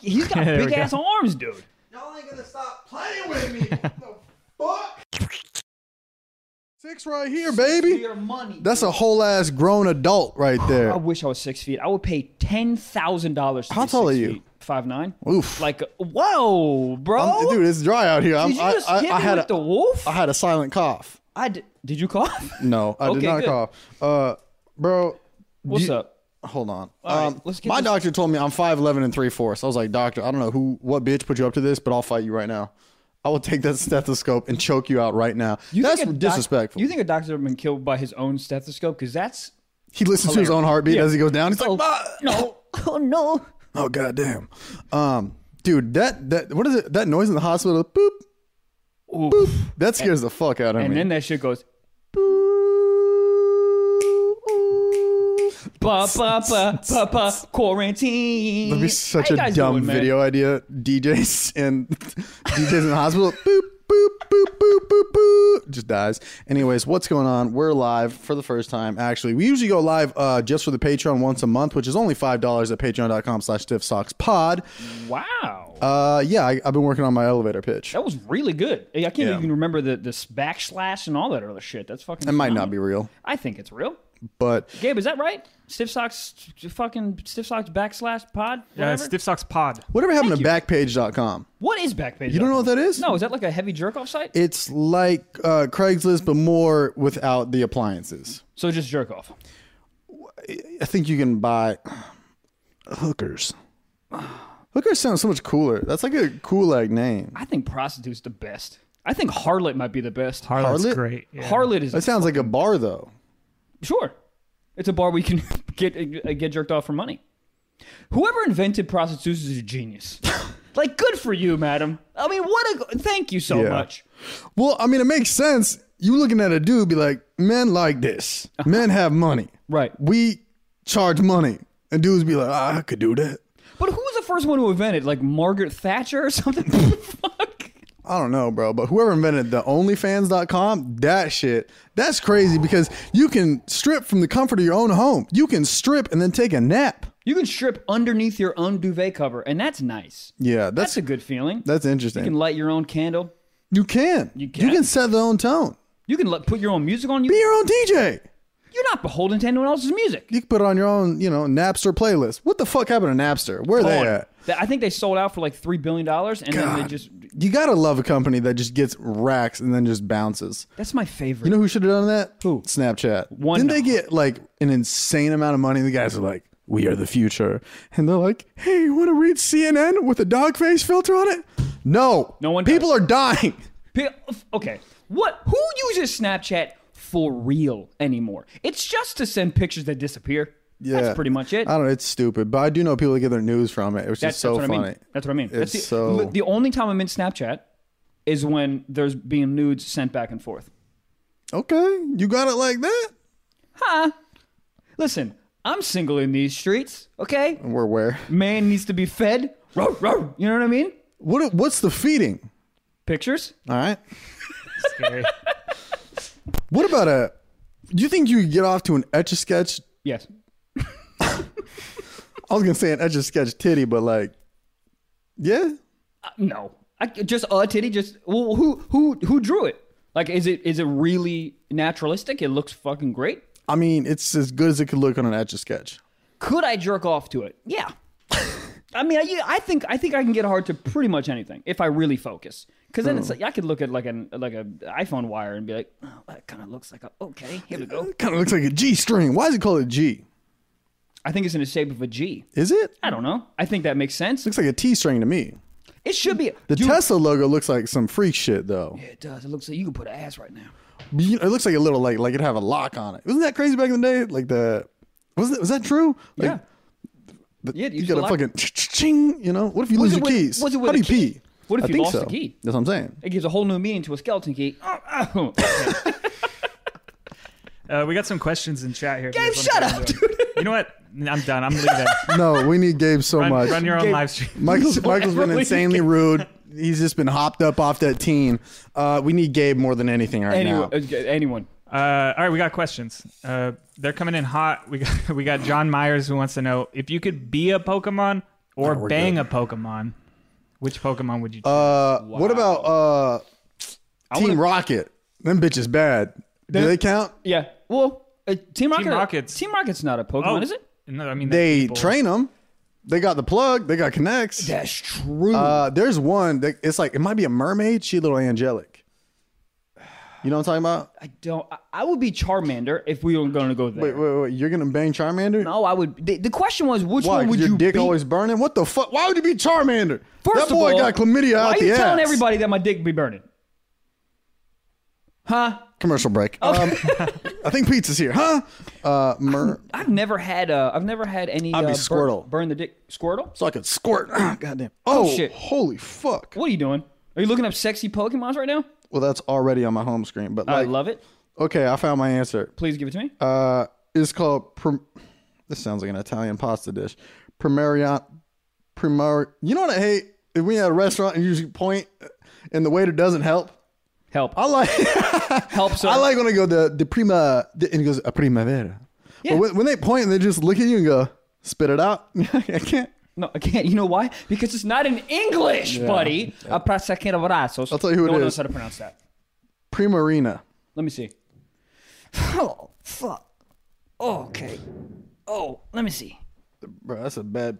He's got There we big ass arms, dude. Y'all ain't gonna stop playing with me. the fuck? Six right here, baby. Your money. That's a whole ass grown adult right there. I wish I was six feet. I would pay ten thousand dollars. How tall are you? Five nine. Oof. Like whoa, bro. I'm- dude, it's dry out here. Oh. I'm, did you I, just I- hit I me had with a, the wolf? I had a silent cough. I d- did you cough? No, I Okay, did not good. cough. Uh, bro. What's you- up? Hold on. right, Um, let's get my this- doctor told me I'm 5'11 and 3 fourths. I was like, Doctor, I don't know who, what bitch put you up to this, but I'll fight you right now. I will take that stethoscope and choke you out right now. You think That's a doc- disrespectful. you think a doctor's ever been killed by his own stethoscope? Because that's he listens to his own heartbeat Yeah. as he goes down. He's like, uh, no, oh no. Oh goddamn, um, dude, that that what is it? That noise in the hospital, boop, Oof. that scares the fuck out of And me. then that shit goes. Ba ba ba ba ba quarantine. That'd be such How a you guys dumb doing, man? video idea. DJs and DJs in the hospital, boop boop boop boop boop boop, just dies. Anyways, what's going on? We're live for the first time. Actually, we usually go live uh, just for the Patreon once a month, which is only five dollars at Patreon.com/slash Pod. Wow, Uh, yeah, I, I've been working on my elevator pitch. that was really good. I can't Yeah. even remember the the backslash and all that other shit. That's fucking. It might not phenomenal. be real, I think it's real. but Gabe, is that right? Stiff socks, fucking stiff socks backslash pod. Yeah, Whatever? Uh, Stiff Socks Pod. whatever happened to Backpage.com? what is backpage? You don't know what that is? No, is that like a heavy jerk off site? It's like uh, Craigslist, but more without the appliances. so just jerk off. I think you can buy hookers. Hookers sounds so much cooler. That's like a cool like name. I think prostitute's the best. I think harlot might be the best. Harlot's Harlot? great. Yeah. harlot is That sounds like a bar though. Sure. It's a bar where you can get uh, get jerked off for money. Whoever invented prostitutes is a genius. like, good for you, madam. I mean, what a. Thank you so Yeah. much. Well, I mean, it makes sense. You looking at a dude, be like, men like this. Men have money. Right. We charge money, and dudes be like, "Ah, I could do that. But who was the first one who invented? Like, Margaret Thatcher or something? Fuck. I don't know, bro, but whoever invented the OnlyFans.com, that shit, that's crazy because you can strip from the comfort of your own home. You can strip and then take a nap. You can strip underneath your own duvet cover, and that's nice. Yeah, That's, that's a good feeling. that's you can interesting. light your own candle. You can. You You can. can, set the own tone. You can let, put your own music on. You, Be your own DJ. you're not beholden to anyone else's music. You can put it on your own, you know, Napster playlist. What the fuck happened to Napster? Where they at? That- I think they sold out for like $3 billion, and then they just. You gotta love a company that just gets racks and then just bounces. That's my favorite. You know who should have done that? Who? Snapchat. One- Didn't they get like an insane amount of money? The guys are like, "We are the future," and they're like, "Hey, you want to read CNN with a dog face filter on it?" No, No one People are dying. Pe- Okay, what? Who uses Snapchat for real anymore? It's just to send pictures that disappear. Yeah, that's pretty much it. I don't. know. It's stupid, but I do know people that get their news from it. It's that's, just so that's what funny. I mean. That's what I mean. That's It's the, so- the only time I'm in Snapchat is when there's being nudes sent back and forth. Okay, you got it like that. Listen, I'm single in these streets. Okay, We're where? man needs to be fed. Row, row. You know what I mean? What? What's the feeding? Pictures. All right. Scary. What about a? Do you think you could get off to an etch a sketch? Yes. I was gonna say an etch a sketch titty, but like, yeah, Uh, no. I, just a titty. Just well, who who who drew it? Like, is it is it really naturalistic? It looks fucking great. I mean, it's as good as it could look on an etch a sketch. could I jerk off to it? Yeah. I mean, I, yeah, I think I think I can get hard to pretty much anything if I really focus. Because then it's like I could look at like an like a iPhone wire and be like, oh, that kind of looks like a okay. Here we go. It kind of looks like a G string. Why is it called a G? I think it's in the shape of a G. Is it? I don't know. I think that makes sense. Looks like a T string to me. It should be The Dude, Tesla logo looks like some freak shit though. It does. It looks like you can put an ass right now. You- It looks like a little like like it have a lock on it. Wasn't that crazy back in the day? Like the was that, was that true? Like, yeah. the- Yeah, it you used got to a lock- fucking ching. You know, what if you Was lose it your with- keys? was it with How a do you key? pee? What if I you think lost so. a key? That's what I'm saying. It gives a whole new meaning to a skeleton key. Oh, oh. Uh, we got some questions in chat here. if you Gabe, guys shut wanna up, get into it. You know what? I'm done. I'm leaving. No, we need Gabe so Run, much. run your own Gabe- live stream. Michael's, Michael's been Really? insanely rude. He's just been hopped up off that teen. Uh, we need Gabe more than anything right anyone, now. uh, anyone. Uh, all right, we got questions. Uh, they're coming in hot. We got we got John Myers who wants to know if you could be a Pokemon, Or we're bang a Pokemon. Which Pokemon would you choose? Uh, What about uh, Team Rocket? Them bitches bad. Do they count? Yeah. Well, uh, Team Rocket. Rocket's- Oh. Team Rocket's not a Pokemon, is it? No, I mean they're They people. train them. They got the plug. They got connects. That's true. Uh, there's one that it's like it might be a mermaid. She a little angelic. You know what I'm talking about? I don't. I, I would be Charmander if we were going to go there. Wait, wait, wait. You're gonna bang Charmander? No, I would. The, the question was, which Why? one 'Cause would your you dick be? always burning? What the fuck? Why would you be Charmander? First that boy of all, got chlamydia Why out are the you telling ass. everybody that my dick be burning? Huh? Commercial break. Um, I think pizza's here, huh? Uh, mer- I've never had. Uh, I've never had any. I'd be uh, Squirtle. Burn, burn the dick. Squirtle. so I could squirt. Goddamn. Oh, shit. holy fuck. What are you doing? Are you looking up sexy Pokemons right now? Well, that's already on my home screen, but I like, love it. okay, I found my answer. Please give it to me. Uh, it's called. Prim- this sounds like an Italian pasta dish. Primariant. Primar. You know what I hate? If we had a restaurant and you just point, uh, and the waiter doesn't help. Help. I like. Help. Sir. I like when I go the the prima the, and it goes a primavera. Yeah. But when, when they point, they just look at you and go, "Spit it out." I can't. No, I can't. You know why? Because it's not in English, buddy. A brazo. I'll tell you who it no one is. knows how to pronounce that. Primarina. Let me see. Oh fuck. Oh, okay. Oh, let me see. Bro, that's a bad.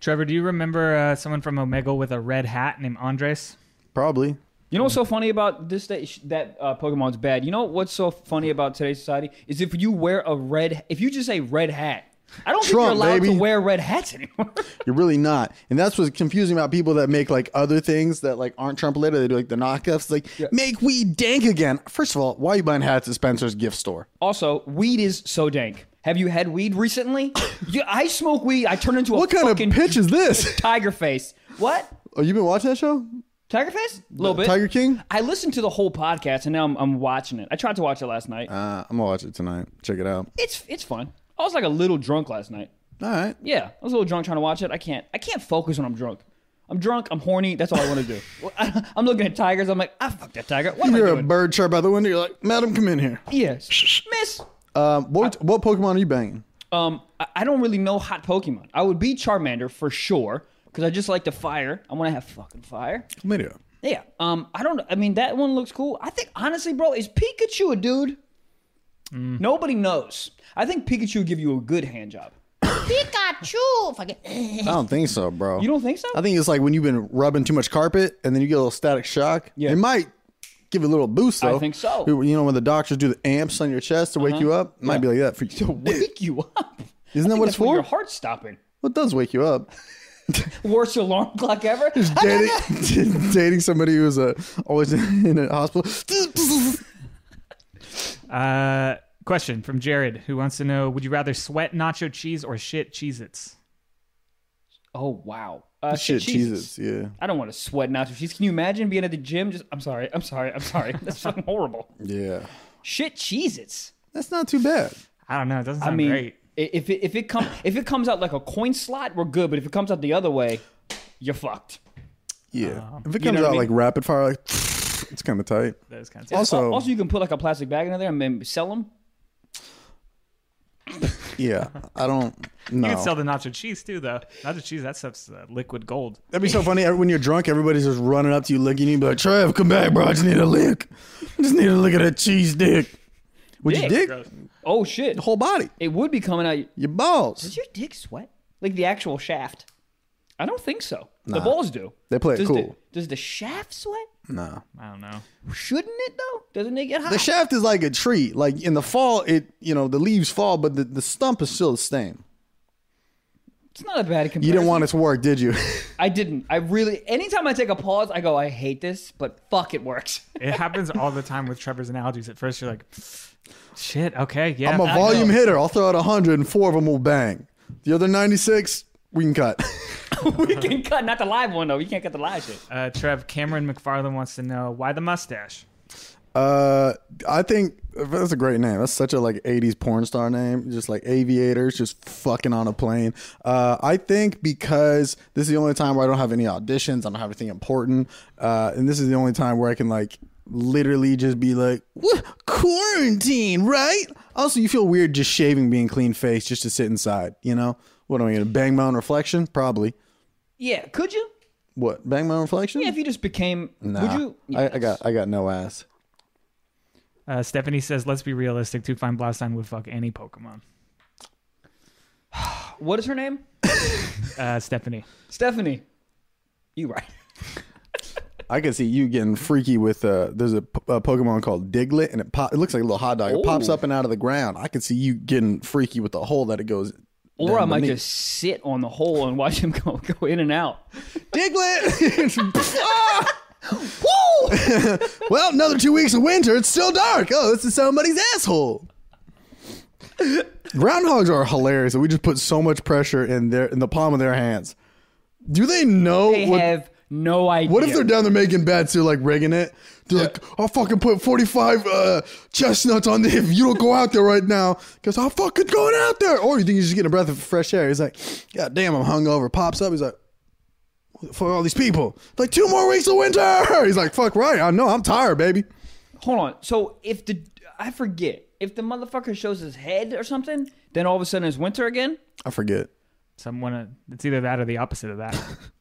Trevor, do you remember uh, someone from Omega with a red hat named Andres? Probably. You know what's so funny about this day that uh, Pokemon's bad? You know what's so funny about today's society is if you wear a red, if you just say red hat, I don't think Trump, you're allowed baby. to wear red hats anymore. You're really not, and that's what's confusing about people that make like other things that like aren't Trump related. They do like the knockoffs, like make weed dank again. First of all, why are you buying hats at Spencer's gift store? also, weed is so dank. Have you had weed recently? you, I smoke weed. I turn into a What kind of fucking pitch is this? tiger face. What? Oh, you been watching that show? Tiger face? A little bit. Tiger King. I listened to the whole podcast and now I'm, I'm watching it. I tried to watch it last night. Uh, I'm gonna watch it tonight. Check it out. it's it's fun. I was like a little drunk last night. All right. Yeah, I was a little drunk trying to watch it. I can't. I can't focus when I'm drunk. I'm drunk. I'm horny. That's all I want to do. Well, I, am looking at tigers. I'm like, I fuck that tiger. What am I You're a doing? bird chirp out the window. You're like, madam, come in here. yes, miss. Um, what what Pokemon are you banging? Um, I, I don't really know hot Pokemon. I would be Charmander for sure because I just like the fire. I want to have fucking fire. Chlamydia. Yeah. Um, I don't. I mean, that one looks cool. I think honestly, bro, is Pikachu a dude? Mm. Nobody knows. I think Pikachu would give you a good hand job. Pikachu! Fucking. I don't think so, bro. You don't think so? I think it's like when you've been rubbing too much carpet and then you get a little static shock. Yeah. It might give you a little boost, though. I think so. Uh-huh. You know, when the doctors do the amps on your chest to wake you up, it might be like that for you. wake you up. Isn't that what That's it's when for? your heart's stopping. What does wake you up? Worst alarm clock ever. dating, dating somebody who's uh, always in a hospital. Uh, question from Jared, who wants to know: Would you rather sweat nacho cheese or shit Cheez-Its? Oh wow. Uh, Shit, Jesus. Yeah. I don't want to sweat nacho cheese. Can you imagine being at the gym? Just I'm sorry, I'm sorry, I'm sorry. That's fucking horrible. Yeah. Shit, Cheez-Its. That's not too bad. I don't know. It doesn't I sound mean, great. i- if it, if it comes if it comes out like a coin slot, we're good. But if it comes out the other way, you're fucked. Yeah. if it Uh, you know comes what out I mean? like rapid fire, like, it's kind of tight. That was kind of Also, also, you can put like a plastic bag in there and then sell them. yeah, I don't know. You could sell the nacho cheese too, though. Nacho cheese, that stuff's uh, liquid gold. That'd be so funny every- when you're drunk. Everybody's just running up to you, licking you, and be like, "Trev, come back, bro. I just need a lick. I just need a lick of that cheese dick." Would you Dick? dick Gross. Oh shit! the whole body? It would be coming out. Your balls. Does your dick sweat? Like the actual shaft? I don't think so. The balls do. They play it does cool. The, does the shaft sweat? No, I don't know. Shouldn't it though? Doesn't it get hot? the shaft is like a tree. Like in the fall, it you know the leaves fall, but the, the stump is still the same. it's not a bad comparison. You didn't want it to work, did you? I didn't. I really. Anytime I take a pause, I go, I hate this, but fuck, it works. It happens all the time with Trevor's analogies. At first, you're like, shit, okay, yeah. I'm a I volume know. hitter. I'll throw out hundred, and four of them will bang. The other ninety six, we can cut. we can cut, not the live one though. You can't cut the live shit. Uh, Trev, Cameron McFarland wants to know why the mustache? Uh, I think that's a great name. That's such a like '80s porn star name. Just like aviators, just fucking on a plane. Uh, I think because this is the only time where I don't have any auditions. I don't have anything important, uh, and this is the only time where I can like literally just be like, what? quarantine, right? Also, you feel weird just shaving, being clean faced, just to sit inside. You know, What am I going to bang my own reflection? Probably. Yeah, could you? What bang my own reflection? Yeah, if you just became, nah. would you? Yeah, I, I got I got no ass. Uh, Stephanie says, let's be realistic. Two Fine Blaustein would fuck any Pokemon. What is her name? Uh, Stephanie. Stephanie. You right. I could see you getting freaky with uh there's a, p- a Pokemon called Diglett and it pop, it looks like a little hot dog. It pops Ooh. up and out of the ground. I could see you getting freaky with the hole that it goes. Or down I might beneath. just sit on the hole and watch him go go in and out. Diglett. Ah! well, another two weeks of winter. It's still dark. Oh, this is somebody's asshole. Groundhogs are hilarious. and We just put so much pressure in their in the palm of their hands. Do they know They what? have no idea. What if they're down there making bets? They're like rigging it. They're like, I'll fucking put 45 uh, chestnuts on the if you don't go out there right now. Because I'm fucking going out there. Or you think he's just getting a breath of fresh air. He's like, God damn, I'm hungover. Pops up. He's like, for all these people. Like, two more weeks of winter. He's like, fuck right. I know. I'm tired, baby. Hold on. So if the I forget if the motherfucker shows his head or something, then all of a sudden it's winter again. I forget. Someone, uh, it's either that or the opposite of that.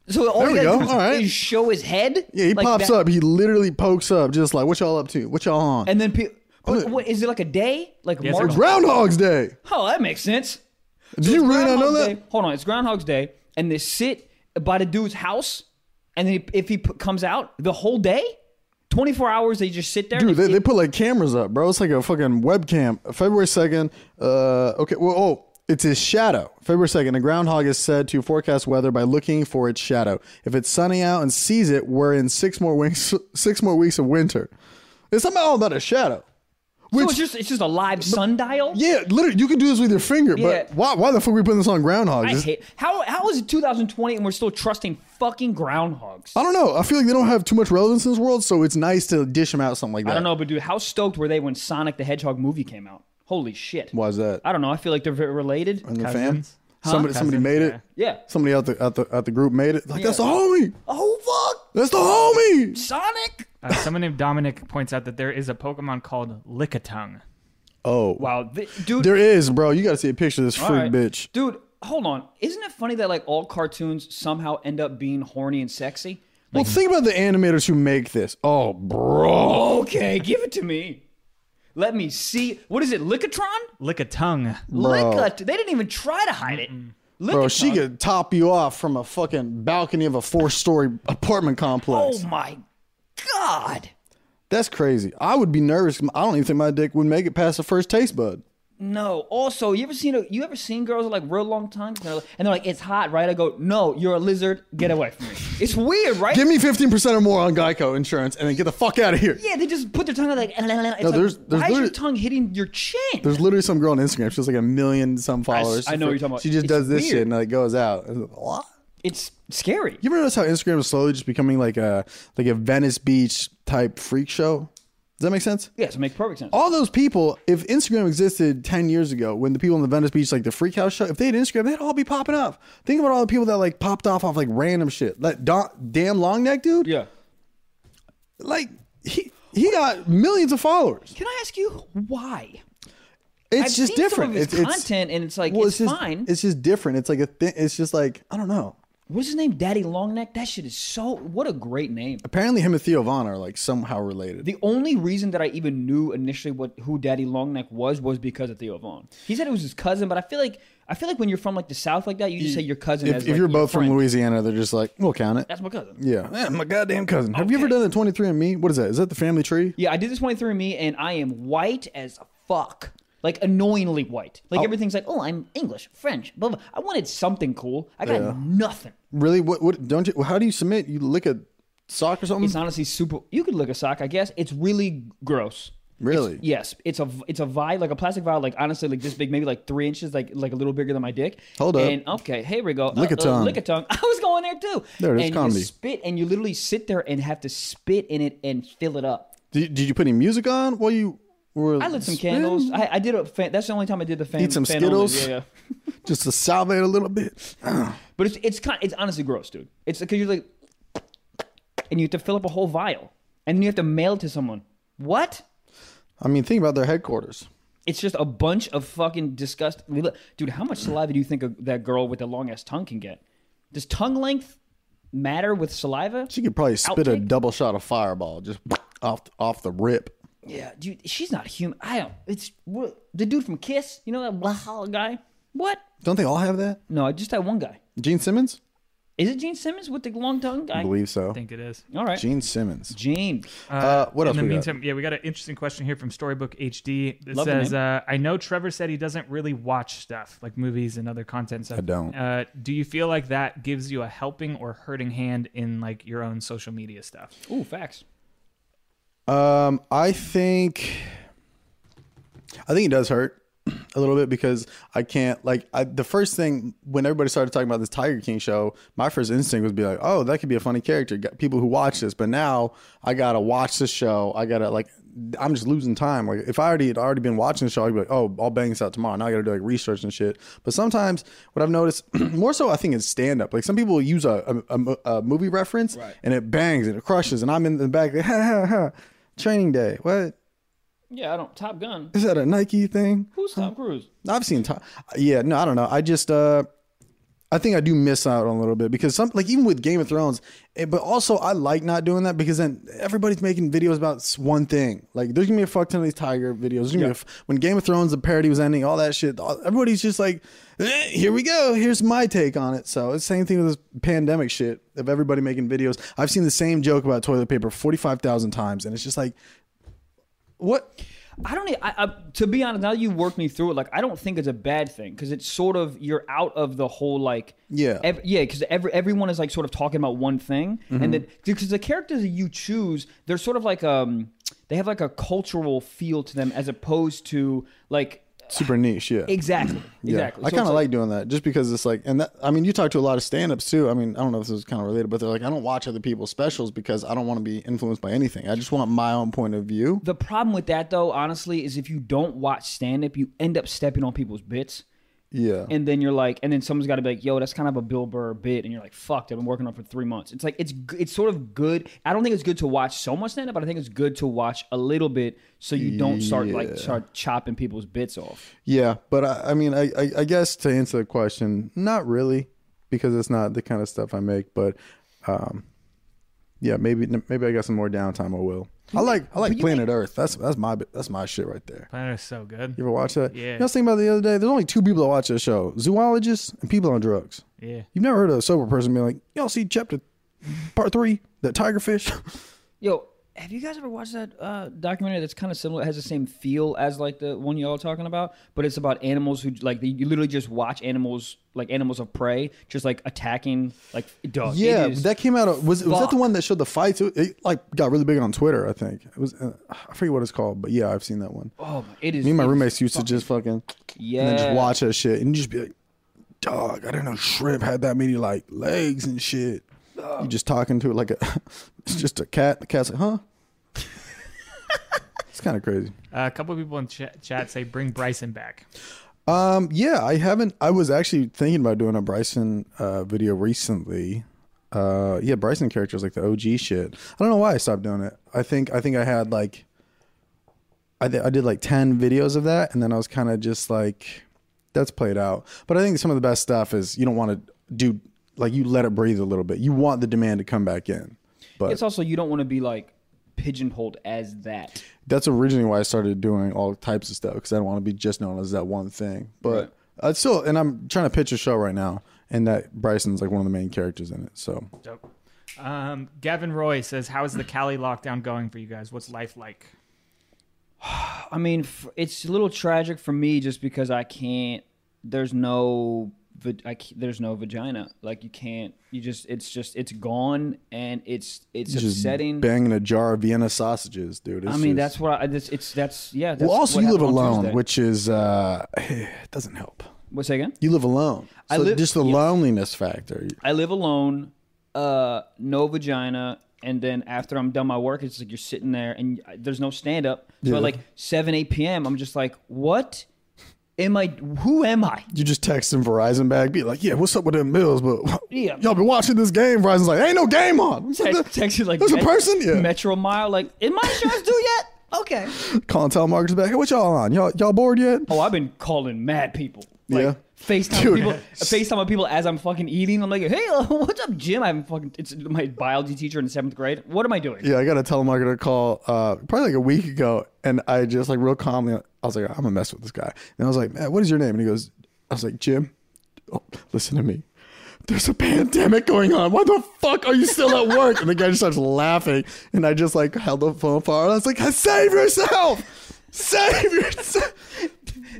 So all There he we gotta go. do is, All right. is show his head. Yeah, he like pops that- up. He literally pokes up, just like, what y'all up to? What y'all on? and then people. But look. what is it like a day? Like it's March? like Groundhog's Day. Oh, that makes sense. Did you really not know that? Day. Hold on, it's Groundhog's Day, and they sit by the dude's house, and then if he p- comes out the whole day, twenty four hours, they just sit there. Dude, and they, they put like cameras up, bro. It's like a fucking webcam. February 2nd. Uh, okay. Well, oh, it's his shadow. February 2nd. A groundhog is said to forecast weather by looking for its shadow. If it's sunny out and sees it, we're in six more weeks, six more weeks of winter. It's somehow all about a shadow. so it's just it's just a live sundial. Yeah, literally, you can do this with your finger, Yeah. but why, why the fuck are we putting this on groundhogs? I This- hate how how is it 2020 and we're still trusting fucking groundhogs. I don't know. I feel like they don't have too much relevance in this world, so it's nice to dish them out something like that. I don't know, but dude, how stoked were they when Sonic the Hedgehog movie came out? Holy shit! Why is that? I don't know. I feel like they're very related. In the fam? Cousins? Somebody, somebody Cousins, made it. yeah. Yeah. Somebody out the out the out the group made it. Like that's the homie. Oh fuck, That's the homie. Sonic! Uh, someone named Dominic points out that there is a Pokemon called Lickitung. Oh Wow, th- dude, there is, bro. You gotta see a picture of this All freak right. bitch. Dude, hold on. Isn't it funny that like all cartoons somehow end up being horny and sexy? Well, think about the animators who make this. Oh, bro. Okay, give it to me. Let me see. What is it, Lickatron? Lickitung. Lickat. They didn't even try to hide it. Lickatron. Bro, she could top you off from a fucking balcony of a four-story apartment complex. Oh my god. That's crazy. I would be nervous. I don't even think my dick would make it past the first taste bud. No. Also, you ever seen a, you ever seen girls with like real long tongues and they're like, and they're like it's hot, right? I go, no, you're a lizard. Get away from me. It's weird, right? Give me fifteen percent or more on Geico insurance, and then get the fuck out of here. yeah, they just put their tongue out like. It's like, there's- why there's is your literally- tongue hitting your chin? There's literally some girl on Instagram. She has like a million some followers. I know what you're talking about. She just It's does this weird. shit and like goes out. It's like, "What?" it's scary. You ever notice how Instagram is slowly just becoming like a like a Venice Beach type freak show? Does that make sense? Yes, it makes perfect sense. All those people, if Instagram existed ten years ago, when the people in the Venice Beach like the freak house show, if they had Instagram, they'd all be popping up. Think about all the people that like popped off off like random shit. Like Don, damn long neck dude, yeah. like he he got millions of followers. Can I ask you why? It's I've seen just different. Some of his it's, it's- content, and it's like well, it's, just fine. it's just different. It's like a thing. It's just like I don't know. What's his name? Daddy Longneck. That shit is so. What a great name. Apparently, him and Theo Von are like somehow related. The only reason that I even knew initially what who Daddy Longneck was was because of Theo Vaughn. He said it was his cousin, but I feel like I feel like when you're from like the South like that, you just say your cousin. if, as, like, if your you're both friend. from Louisiana, they're just like, we'll count it. that's my cousin. Yeah. Yeah, my goddamn cousin. Have you ever done a 23andMe? What is that? Is that the family tree? Yeah, I did this 23andMe, and I am white as fuck. Like annoyingly white. Like everything's like, oh, I'm English, French, blah blah. I wanted something cool. I got nothing. Really? What? What? Don't you? How do you submit? You lick a sock or something? It's honestly super. You could lick a sock, I guess. It's really gross. really? Yes, it's a it's a vial, like a plastic vial, like honestly, like this big, maybe like three inches, like like a little bigger than my dick. Hold up. And okay, here we go. Uh, Lick a tongue. lick a tongue. I was going there too. There it is, and comedy. You spit, and you literally sit there and have to spit in it and fill it up. Did, did you put any music on while you were? I lit some candles. I, I did a fan. That's the only time I did the fan. Eat some fan only. Skittles. Yeah, yeah. Just to salivate a little bit. But it's it's kind it's honestly gross, dude. It's because you're like, and you have to fill up a whole vial, and then you have to mail it to someone. What? I mean, think about their headquarters. It's just a bunch of fucking disgust. Dude, how much saliva do you think a, that girl with the long ass tongue can get? Does tongue length matter with saliva? She could probably spit a Outtake? double shot of fireball just off off the rip. Yeah, dude, she's not human. I don't. It's what, the dude from Kiss. You know that blah guy. What? Don't they all have that? No, I just had one guy. Gene Simmons? Is it Gene Simmons with the long tongue I guy? believe so. I think it is. All right, Gene. Gene Simmons. Uh, what else In the we got? meantime, yeah, we got an interesting question here from Storybook HD. It Love the says, name. uh, "I know Trevor said he doesn't really watch stuff like movies and other content stuff. I don't. Uh, do you feel like that gives you a helping or hurting hand in like your own social media stuff? Ooh, facts. Um, I think, I think it does hurt a little bit because I can't like I, the first thing when everybody started talking about this Tiger King show, my first instinct was be like, oh, that could be a funny character. Got people who watch this, but now I gotta watch this show. I gotta like, I'm just losing time. Like if I already had already been watching the show, I'd be like, oh, I'll bang this out tomorrow. Now I gotta do like research and shit. But sometimes what I've noticed more so, I think it's stand up. Like some people use a a, a- a movie reference and it bangs and it crushes, and I'm in the back like, ha ha ha. Training Day. What Yeah, I don't. Top Gun. is that a Nike thing? Who's Tom Cruise? I've seen. Ti- yeah, no, I don't know. I just, uh, I think I do miss out on a little bit because some, like even with Game of Thrones, eh, but also I like not doing that because then everybody's making videos about s- one thing. Like there's gonna be a fuck ton of these tiger videos. There's gonna be a f- when Game of Thrones the parody was ending, all that shit. all- Everybody's just like, eh, here we go. Here's my take on it. So it's the same thing with this pandemic shit of everybody making videos. I've seen the same joke about toilet paper forty five thousand times, and it's just like, what? I don't. e- I, I, to be honest, now that you worked me through it, like I don't think it's a bad thing because it's sort of you're out of the whole like Yeah. ev- yeah because every everyone is like sort of talking about one thing Mm-hmm. and then because the characters that you choose they're sort of like um they have like a cultural feel to them as opposed to like Super niche. Yeah. exactly Yeah. exactly I So kind of it's like, doing that just because it's like, and that, I mean, you talk to a lot of stand ups too. I mean, I don't know if this is kind of related, but they're like, I don't watch other people's specials because I don't want to be influenced by anything. I just want my own point of view. The problem with that though, honestly, is if you don't watch stand up, you end up stepping on people's bits. Yeah. And then you're like, and then someone's got to be like, "Yo, that's kind of a Bill Burr bit," and you're like, "Fuck, I've been working on it for three months." It's like it's g- it's sort of good. I don't think it's good to watch so much stand up, but I think it's good to watch a little bit so you don't start like start chopping people's bits off. yeah. But I, I mean, I, I, I guess to answer the question, not really because it's not the kind of stuff I make, but, um, yeah, maybe, maybe I got some more downtime. I will. I like, I like Planet Earth. That's, that's my, that's my shit right there. Planet is so good. You ever watch that? Yeah. You know, I was thinking about it the other day. There's only two people that watch that show: zoologists and people on drugs. Yeah. You've never heard of a sober person being like, "Y'all see chapter part three, the tigerfish." Yo, have you guys ever watched that uh, documentary that's kind of similar? It has the same feel as like the one y'all are talking about, but it's about animals who like you literally just watch animals like animals of prey just like attacking like dogs. yeah, that came out. Of, was was that fuck. the one that showed the fights? It, it, like got really big on Twitter. I think it was. Uh, I forget what it's called, but yeah, I've seen that one. oh my, it is. Me and my it is roommates used to just fucking Yeah. and then just watch that shit and just be like, "Dog, I didn't know shrimp had that many like legs and shit." You just talking to it like a, it's just a cat. The cat's like, "Huh." it's kind of crazy. Uh, a couple of people in ch- chat say bring Bryson back. Um, yeah, I haven't. I was actually thinking about doing a Bryson uh, video recently. Uh, yeah, Bryson characters like the OG shit. I don't know why I stopped doing it. I think I think I had like, I th- I did like ten videos of that, and then I was kind of just like, that's played out. But I think some of the best stuff is you don't want to do like you let it breathe a little bit. You want the demand to come back in. But It's also you don't want to be like pigeonholed as that. that's originally why I started doing all types of stuff because I don't want to be just known as that one thing. But I still, and I'm trying to pitch a show right now, and that Bryson's like one of the main characters in it. So Dope. Um, Gavin Roy says, "How is the Cali lockdown going for you guys? What's life like?" I mean, f- it's a little tragic for me just because I can't. There's no. va- I c- there's no vagina. Like you can't. You just. It's just. It's gone, and it's. It's just upsetting. banging a jar of Vienna sausages, dude. It's I mean, just- that's what I. This, it's. That's yeah. That's well. Also, what you live happened on alone, Tuesday. which is uh, it doesn't help. What's that again? You live alone. So I live- just the yeah. loneliness factor. I live alone, uh, no vagina, and then after I'm done my work, it's like you're sitting there and y- there's no stand up. So Yeah. at like seven, eight p.m., I'm just like, what am I? Who am I? You just text him Verizon back, be like, "Yeah, what's up with them bills?" But Yeah. y'all been watching this game. Verizon's like, "Ain't no game on." Text, texted like there's a Met- person. Yeah, Metro Mile. Like, is my insurance due yet? Okay. Calling telemarketers back. What y'all on? Y'all y'all bored yet? Oh, I've been calling mad people. Like, Yeah. FaceTime Dude. people. FaceTime with people as I'm fucking eating. I'm like, hey, what's up, Jim? I'm fucking. It's my biology teacher in seventh grade. What am I doing? Yeah, I got a telemarketer call uh, probably like a week ago, and I just like real calmly, I was like, I'm gonna mess with this guy, and I was like, Man, what is your name? And he goes, I was like, Jim, oh, listen to me. There's a pandemic going on. Why the fuck are you still at work? And the guy just starts laughing, and I just like held the phone far, and I was like, Save yourself, save yourself.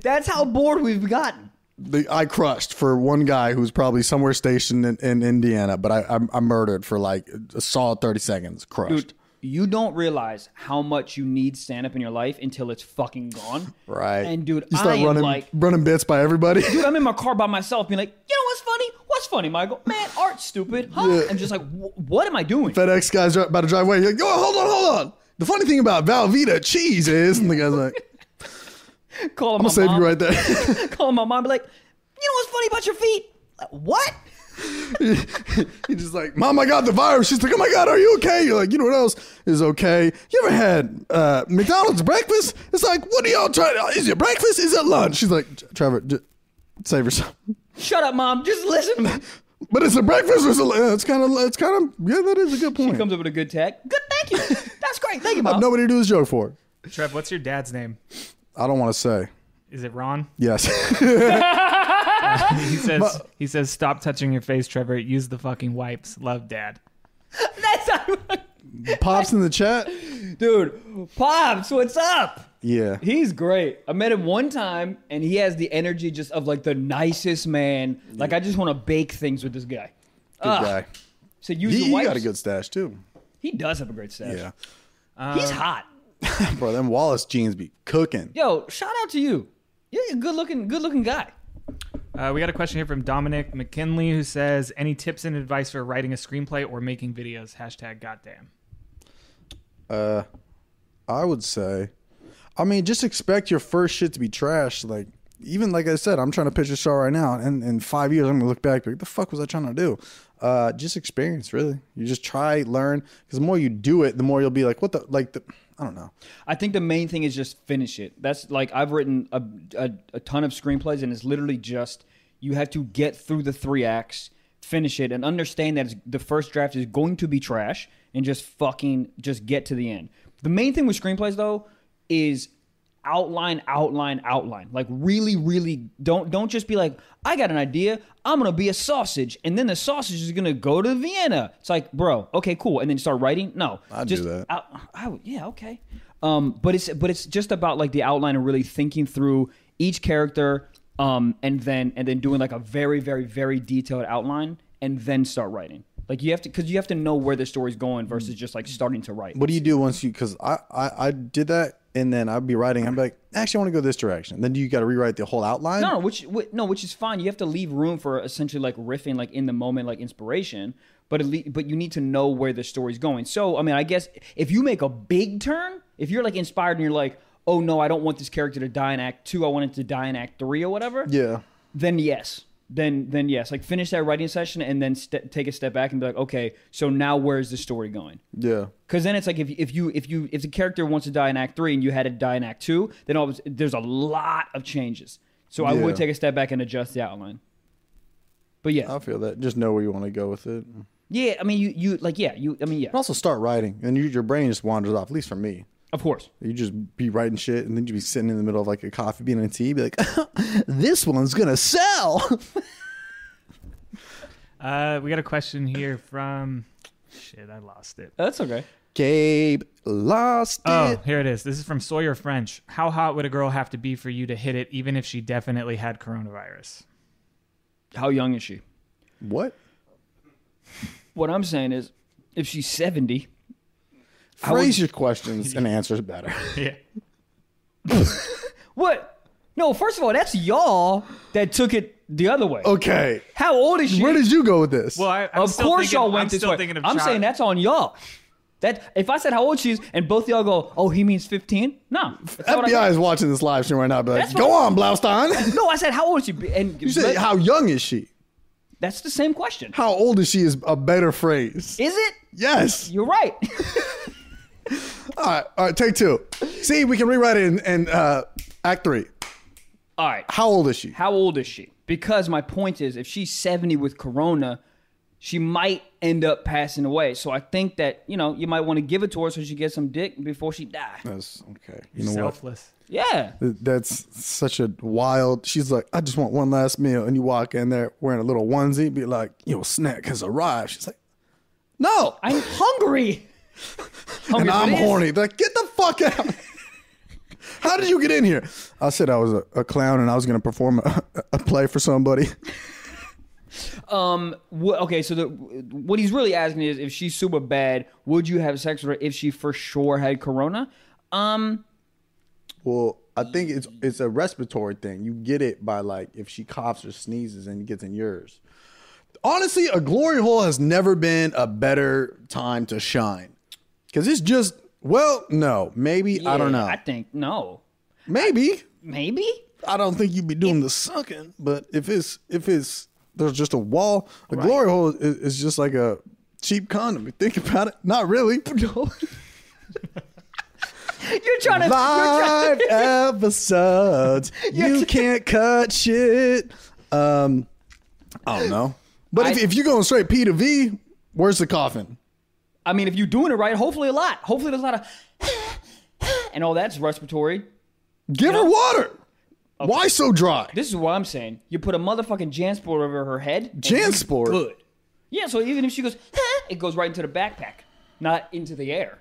That's how bored we've gotten. The, I crushed for one guy who's probably somewhere stationed in, in Indiana, but I, I I murdered for like a solid thirty seconds. Crushed. Dude, you don't realize how much you need stand up in your life until it's fucking gone. Right. And dude, you start I am running like, running bits by everybody. dude, I'm in my car by myself, being like, you know what's funny? What's funny, Michael? Man, art, stupid. Huh? Yeah. I'm just like, "Wh- what am I doing? FedEx guy's dri- about to drive away. You're like, oh, hold on, hold on. The funny thing about Valvita cheese is, and the guy's like, Calling I'll my save mom. you right there. Calling my mom, be like, you know what's funny about your feet? Like, what? He's just like, Mom, I got the virus. She's like, Oh my God, are you okay? You're like, You know what else is okay? You ever had uh, McDonald's breakfast? It's like, What are y'all trying? Is it breakfast? Is it lunch? She's like, "J- Trevor, j- save yourself. Shut up, mom. Just listen. But it's a breakfast. Or it's, a, it's kind of, it's kind of, yeah, that is a good point. Comes up with a good tech. Good, thank you. That's great. Thank you, mom. Nobody to do this joke for. Trev, what's your dad's name? I don't want to say. Is it Ron? Yes. He says he says stop touching your face, Trevor. Use the fucking wipes. Love, Dad. That's not- Pops in the chat. dude. Pops, what's up? Yeah. He's great. I met him one time, and he has the energy just of like the nicest man. Like I just want to bake things with this guy. Good guy. So use He, the he wipes. got a good stash too. He does have a great stash. Yeah, He's hot. bro, them Wallace jeans be cooking. Yo, shout out to you. You're a good looking, good looking guy. Uh, we got a question here from Dominic McKinley who says, "Any tips and advice for writing a screenplay or making videos?" Hashtag goddamn. Uh, I would say, I mean, just expect your first shit to be trash. Like, even like I said, I'm trying to pitch a show right now, and in five years, I'm gonna look back, be like, the fuck was I trying to do? Uh, just experience, really. You just try, learn, because the more you do it, the more you'll be like, what the, like the, I don't know. I think the main thing is just finish it. That's like I've written a, a, a ton of screenplays, and it's literally just you have to get through the three acts, finish it, and understand that it's, the first draft is going to be trash, and just fucking just get to the end. The main thing with screenplays though is outline outline outline like really really don't don't just be like i got an idea i'm gonna be a sausage and then the sausage is gonna go to vienna it's like bro okay cool and then start writing no i I'd just do that. out- I would- yeah, okay. Um, but it's but it's just about like the outline and really thinking through each character, um, and then and then doing like a very very very detailed outline, and then start writing. Like you have to because you have to know where the story's going versus just like starting to write. What do you do once you? Because I, I I did that, and then I'd be writing. I'm like, actually, I want to go this direction. Then you got to rewrite the whole outline. No, no, which whi- no, which is fine. You have to leave room for essentially like riffing, like in the moment, like inspiration. But at least, but you need to know where the story's going. So I mean, I guess if you make a big turn, if you're like inspired and you're like, oh no, I don't want this character to die in Act Two. I want it to die in Act Three or whatever. Yeah. Then yes. Then then yes. Like finish that writing session and then ste- take a step back and be like, okay, so now where's the story going? Yeah. Because then it's like if, if you if you if the character wants to die in Act Three and you had it die in Act Two, then all of a- there's a lot of changes. So I Yeah. would take a step back and adjust the outline. But yeah, I feel that. Just know where you want to go with it. And yeah. I mean, you you like yeah. You I mean yeah. also start writing, and you, your brain just wanders off. At least for me, Of course. you just be writing shit, and then you be sitting in the middle of like a coffee bean and a tea, be like, "This one's gonna sell." Uh, we got a question here from. Shit, I lost it. That's okay. Gabe lost Oh, it. here it is. This is from Sawyer French. How hot would a girl have to be for you to hit it, even if she definitely had coronavirus? How young is she? What? What I'm saying is, if she's seventy, Phrase your questions and answers better. Yeah. what? No, first of all, that's y'all that took it the other Oh. way. okay. How old is she? Where did you go with this? Well, I, I'm of still course thinking, y'all went I'm this still way. thinking of I'm child- saying that's on y'all. That if I said how old she is and both y'all go, oh, he means 15. No, that's not what I FBI is watching this live stream right now. Be like, That's go what- on, Blaustein. said. No, I said how old is she? And You say, but how young is she? that's the same question. How old is she is a better phrase. Is it? Yes. You're right. All right. All right. Take two. See, we can rewrite it in, in uh, Act Three. All right. How old is she? How old is she? Because my point is, if she's 70 with corona, she might end up passing away. So I think that, you know, you might want to give it to her so she gets some dick before she dies. That's okay. You know what? Selfless. Yeah. That's such a wild. She's like, I just want one last meal, and you walk in there wearing a little onesie, be like, your snack has arrived. She's like, No, I'm hungry. Hungry and for I'm this? horny. They're like, get the fuck out. How did you get in here? I said I was a, a clown and I was going to perform a, a play for somebody. Um. wh- okay. So the what he's really asking is, if she's super bad, would you have sex with her if she for sure had corona? Um. Well, I think it's it's a respiratory thing. You get it by like if she coughs or sneezes and it gets in yours. Honestly, a glory hole has never been a better time to shine. Cause it's just well, no, maybe I don't yeah, know. I think no. maybe Maybe. I don't think you'd be doing the sucking, but if it's if it's there's just a wall, a glory hole is, is just like a cheap condom. You think about it, not really. No. You're trying to. Live episodes, you can't cut shit. Um, I don't know, but if, I- if you're going straight P to V, where's the coffin? I mean, if you're doing it right, hopefully a lot. Hopefully there's a lot of. And all that's respiratory. Give her water. Why so dry? This is what I'm saying. You put a motherfucking jansport over her head. and Jansport. Good. Yeah. So even if she goes, it goes right into the backpack, not into the air.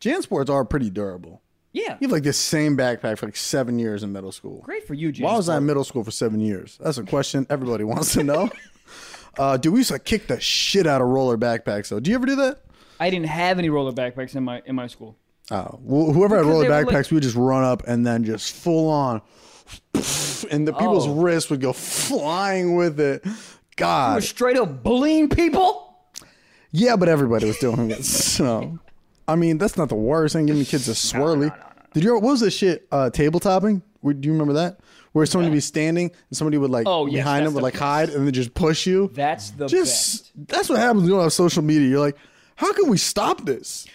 Jansports are pretty durable. Yeah. You have like this same backpack for like seven years in middle school. Great for you, James. Why was I in middle school for seven years? That's a question everybody wants to know. Uh, dude, we used to kick the shit out of roller backpacks. Though, do you ever do that? I didn't have any roller backpacks in my in my school. Oh, wh- whoever had roller they were backpacks, like- we would just run up and then just full on, and the people's Oh. wrists would go flying with it. God, straight up bullying people. yeah, but everybody was doing it. So, I mean, that's not the worst thing. Giving the kids a swirly. Did you? ever- What was this shit? Uh, table topping? Would- Do you remember that? Where someone would be standing and somebody would like Oh, yes, behind that's them would the like hide and then just push you. That's the best. just that's what happens when you don't have social media. You're like, how can we stop this?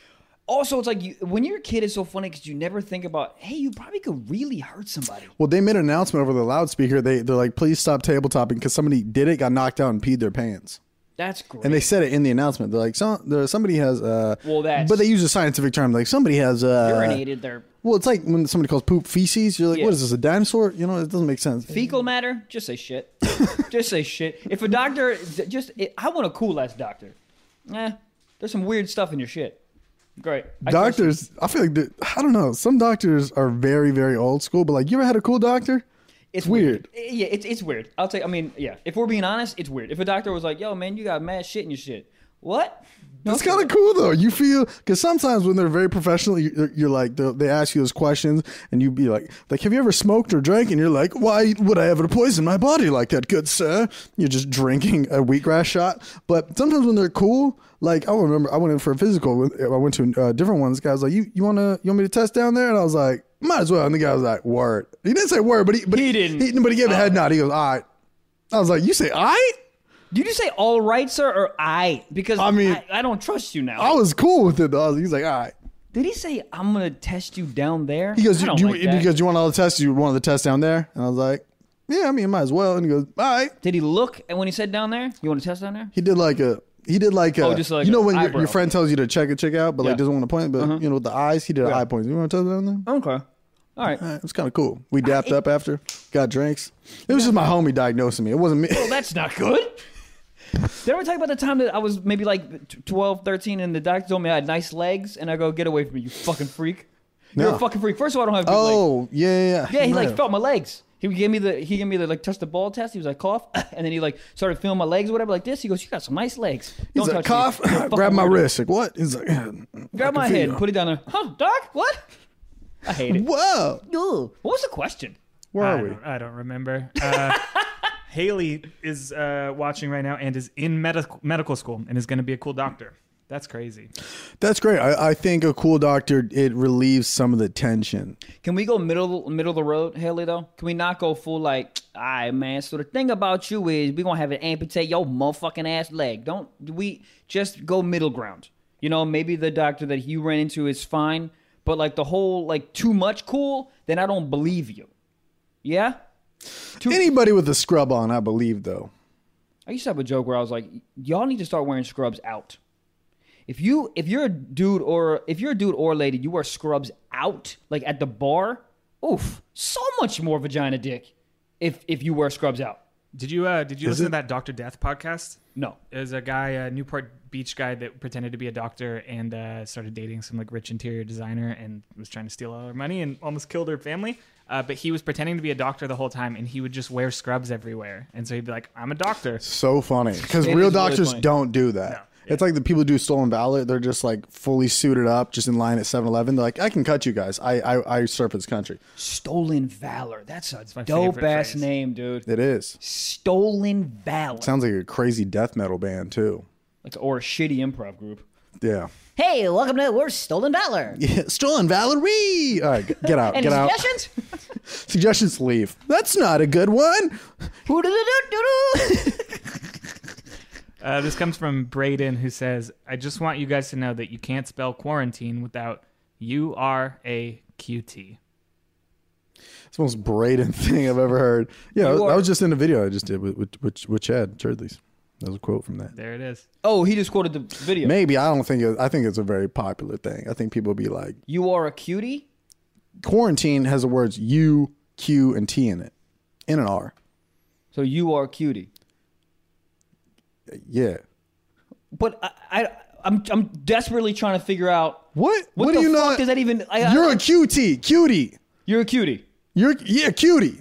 Also, it's like you, when you're a kid, it's so funny because you never think about, hey, you probably could really hurt somebody. Well, they made an announcement over the loudspeaker. They they're like, please stop tabletopping because somebody did it, got knocked out, and peed their pants. That's great. And they said it in the announcement. They're like, some there, somebody has uh, Well, that's- but they use a scientific term like somebody has uh, urinated their Well, it's like when somebody calls poop feces. You're like, Yeah. what is this a dinosaur? You know, it doesn't make sense. fecal matter. Just say shit. just say shit. If a doctor, just I want a cool ass doctor. Eh, there's some weird stuff in your shit. Great. I trust you. Doctors, I feel like they're- I don't know. Some doctors are very, very old school, but like, you ever had a cool doctor? It's weird. Yeah, it's it's weird. I'll tell you, I mean, yeah. If we're being honest, it's weird. If a doctor was like, "Yo, man, you got mad shit in your shit," what? No, It's kind of cool though. You feel because sometimes when they're very professional, you're, you're like they'll- they ask you those questions, and you be like, like Have you ever smoked or drank? And you're like, Why would I ever poison my body like that, good sir? You're just drinking a wheatgrass shot. But sometimes when they're cool, like I remember I went in for a physical. with- I went to uh, different ones. Guys like, you you want to you want me to test down there? And I was like, Might as well. And the guy was like, Word. He didn't say word, but he but He didn't. He, but he gave a head nod. He goes, All right. I was like, You say all right? Did you say all right, sir, or I? Because I mean- mean, I, don't trust you now. I was cool with it though. I was- He's like, All right. Did he say I'm gonna test you down there? He goes, I you, don't do you, like that." because you want all the tests, you want the tests down there? And I was like, yeah, I mean, might as well. And he goes, all right. Did he look? And when he said down there, you want to test down there? He did like a, he did like a, Oh, just like you know, a when your, eyebrow. your friend tells you to check a chick out, but like Yeah. Uh-huh. doesn't want to point, but you know, with the eyes, he did an eye point. You want to test down there? Okay. All right. All right, it was kind of cool. We dapped up after, got drinks. It was just my homie diagnosing me. It wasn't me. Well, that's not good. Did I ever talk about the time that I was maybe like t- 12, 13, and the doctor told me I had nice legs, and I go, "Get away from me, you fucking freak! You're No. a fucking freak." First of all, I don't have good legs. oh, yeah, yeah. Yeah, he might like have. felt my legs. He gave me the he gave me the like touch the ball test. He was like cough, and then he like started feeling my legs, or whatever, like this. He goes, "You got some nice legs." He's like, cough, You're a fucking grab my weirdo." wrist. Like, what? He's like, "Yeah, I grab can my feel head, you." put it down there. Huh, doc? What? I hate it. Whoa. Ugh. What was the question? Where I are we? don't, I don't remember. Uh, Haley is uh, watching right now and is in medical medical school and is going to be a cool doctor. That's crazy. That's great. I, I think a cool doctor, it relieves some of the tension. Can we go middle middle of the road, Haley? Though, can we not go full like, all right, man? So the thing about you is we gonna have it amputate your motherfucking ass leg. Don't we just go middle ground? You know, maybe the doctor that he ran into is fine, but like the whole like too much cool, then I don't believe you. Yeah? Anybody with a scrub on, I believe, though. I used to have a joke where I was like, y'all need to start wearing scrubs out. If you if you're a dude or if you're a dude or lady, you wear scrubs out, like at the bar, oof, so much more vagina dick if if you wear scrubs out. Did you uh, did you listen to that Doctor Death podcast? No. There's a guy, a Newport Beach guy, that pretended to be a doctor and uh, started dating some like rich interior designer and was trying to steal all her money and almost killed her family. Uh, but he was pretending to be a doctor the whole time, and he would just wear scrubs everywhere. And so he'd be like, "I'm a doctor." So funny because It real is really doctors funny. don't do that. It's like the people who do stolen valor. They're just like fully suited up, just in line at 7-Eleven. They're like, "I can cut you guys. I I, I serve this country." Stolen Valor. That's a my favorite dope ass phrase. name, dude. It is Stolen Valor. sounds like a crazy death metal band too. like or a shitty improv group. Yeah, Hey, welcome to We're Stolen Valor. yeah. stolen Valerie. All right, g- get out, Any get out. suggestions? Suggestions leave. That's not a good one. Uh, this comes from Braden, who says, "I just want you guys to know that you can't spell quarantine without U R A Q T." It's the most Braden thing I've ever heard. Yeah, You that are- was just in a video I just did with with, with, with Chad Churdley's. That was a quote from that. There it is. Oh, he just quoted the video. Maybe I don't think it, I think it's a very popular thing. I think people be like, You are a cutie? quarantine has the words U, Q, and T in it, in an R. So you are a cutie. Yeah. But I, I I'm I'm desperately trying to figure out What? What, What the do you fuck not- does that even? I, You're you're a cutie, cutie. you're a cutie. You're yeah, cutie.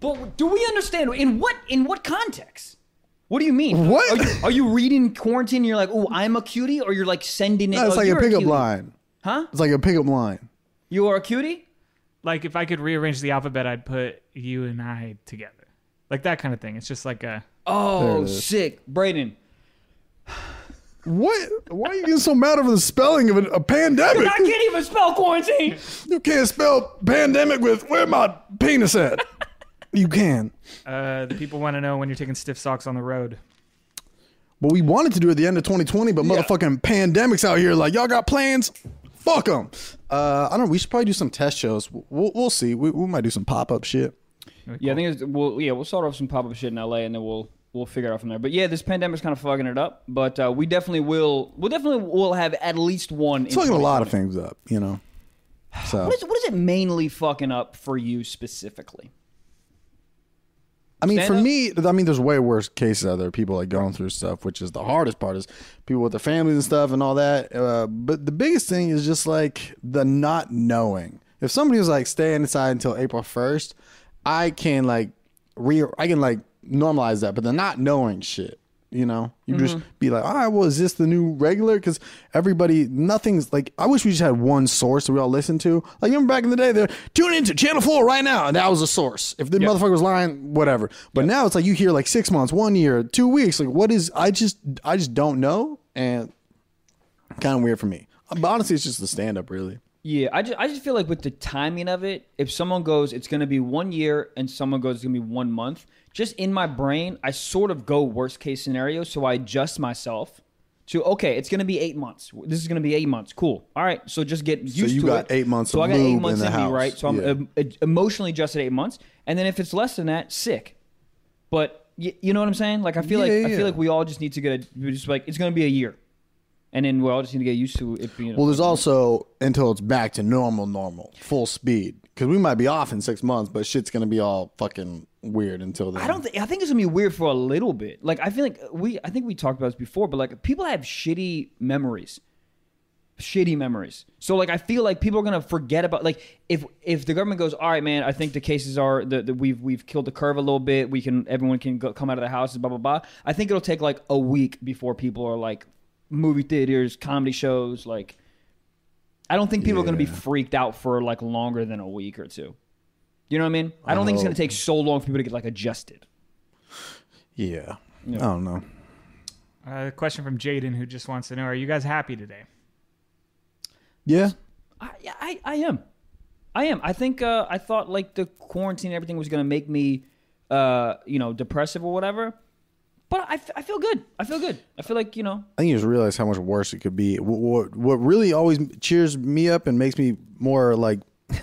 But do we understand in what in what context? What do you mean? What? are you, are you reading quarantine? and You're like, oh, I'm a cutie, or you're like sending it. That's oh, like a you're pickup cutie. line. huh? It's like a pickup line. You are a cutie. Like if I could rearrange the alphabet, I'd put you and I together, like that kind of thing. It's just like a Oh, is. sick, Braden. What? Why are you getting so mad over the spelling of a, a pandemic? I can't even spell quarantine. You can't spell pandemic with where my penis at. you can. Uh, the people want to know when you're taking stiff socks on the road. But we wanted to do it at the end of 2020, but motherfucking pandemics out here. Like, y'all got plans? Fuck them. Uh, I don't know. We should probably do some test shows. We'll, we'll see. We, we might do some pop up shit. Yeah, I think it's, we'll yeah we'll start off some pop up shit in LA, and then we'll we'll figure it out from there. But yeah, this pandemic's kind of fucking it up. But uh, we definitely will. We definitely will have at least one. in It's fucking a lot of 2020. things up, you know? So, What is, what is it mainly fucking up for you specifically? I mean, for stand-up? me, I mean, there's way worse cases out there. People like going through stuff, which is the hardest part, is people with their families and stuff and all that. Uh, but the biggest thing is just like the not knowing. If somebody was like staying inside until April 1st, I can like re, I can like normalize that. But the not knowing shit, you know, you Mm-hmm. just be like, all right, well, is this the new regular? Because everybody, nothing's like, I wish we just had one source that we all listened to. Like, remember back in the day, they're tune into Channel 4 right now. And that was a source. If the motherfucker was lying, whatever. But now it's like you hear like six months, one year, two weeks. Like, what is, I just, I just don't know. And kind of weird for me. But honestly, it's just the stand up, really. Yeah, I just, I just feel like with the timing of it, if someone goes, it's going to be one year, and someone goes, it's going to be one month, just in my brain, I sort of go worst case scenario. So I adjust myself to, okay, it's going to be eight months. This is going to be eight months. Cool. All right. So just get used to you got it. eight months So of I got eight lube months in the me, house. right? So I'm Yeah. em- em- emotionally adjusted eight months. And then if it's less than that, sick. But y- you know what I'm saying? Like, I feel Yeah, like I yeah. feel like we all just need to get, a, we're just like, it's going to be a year. And then we all just need to get used to it being. Well, there's also until it's back to normal, normal, full speed. Because we might be off in six months, but shit's gonna be all fucking weird until then. I don't think I think it's gonna be weird for a little bit. Like I feel like uh, we I think we talked about this before, but like people have shitty memories. Shitty memories. So like I feel like people are gonna forget about like if if the government goes, all right, man, I think the cases are that that we've we've killed the curve a little bit. We can everyone can go, come out of the houses, blah blah blah. I think it'll take like a week before people are like movie theaters, comedy shows. Like I don't think people are gonna be Yeah. freaked out for like longer than a week or two. You know what I mean? I don't think it's Oh. gonna take so long for people to get like adjusted. Yeah. I don't know. Uh, a question from Jaden, who just wants to know: Are you guys happy today? Yeah. I, I, I am. I am. I think uh, I thought like the quarantine and everything was gonna make me, uh, you know, depressive or whatever. But I, f- I feel good. I feel good. I feel like you know. I think you just realize how much worse it could be. What, what, what really always cheers me up and makes me more like,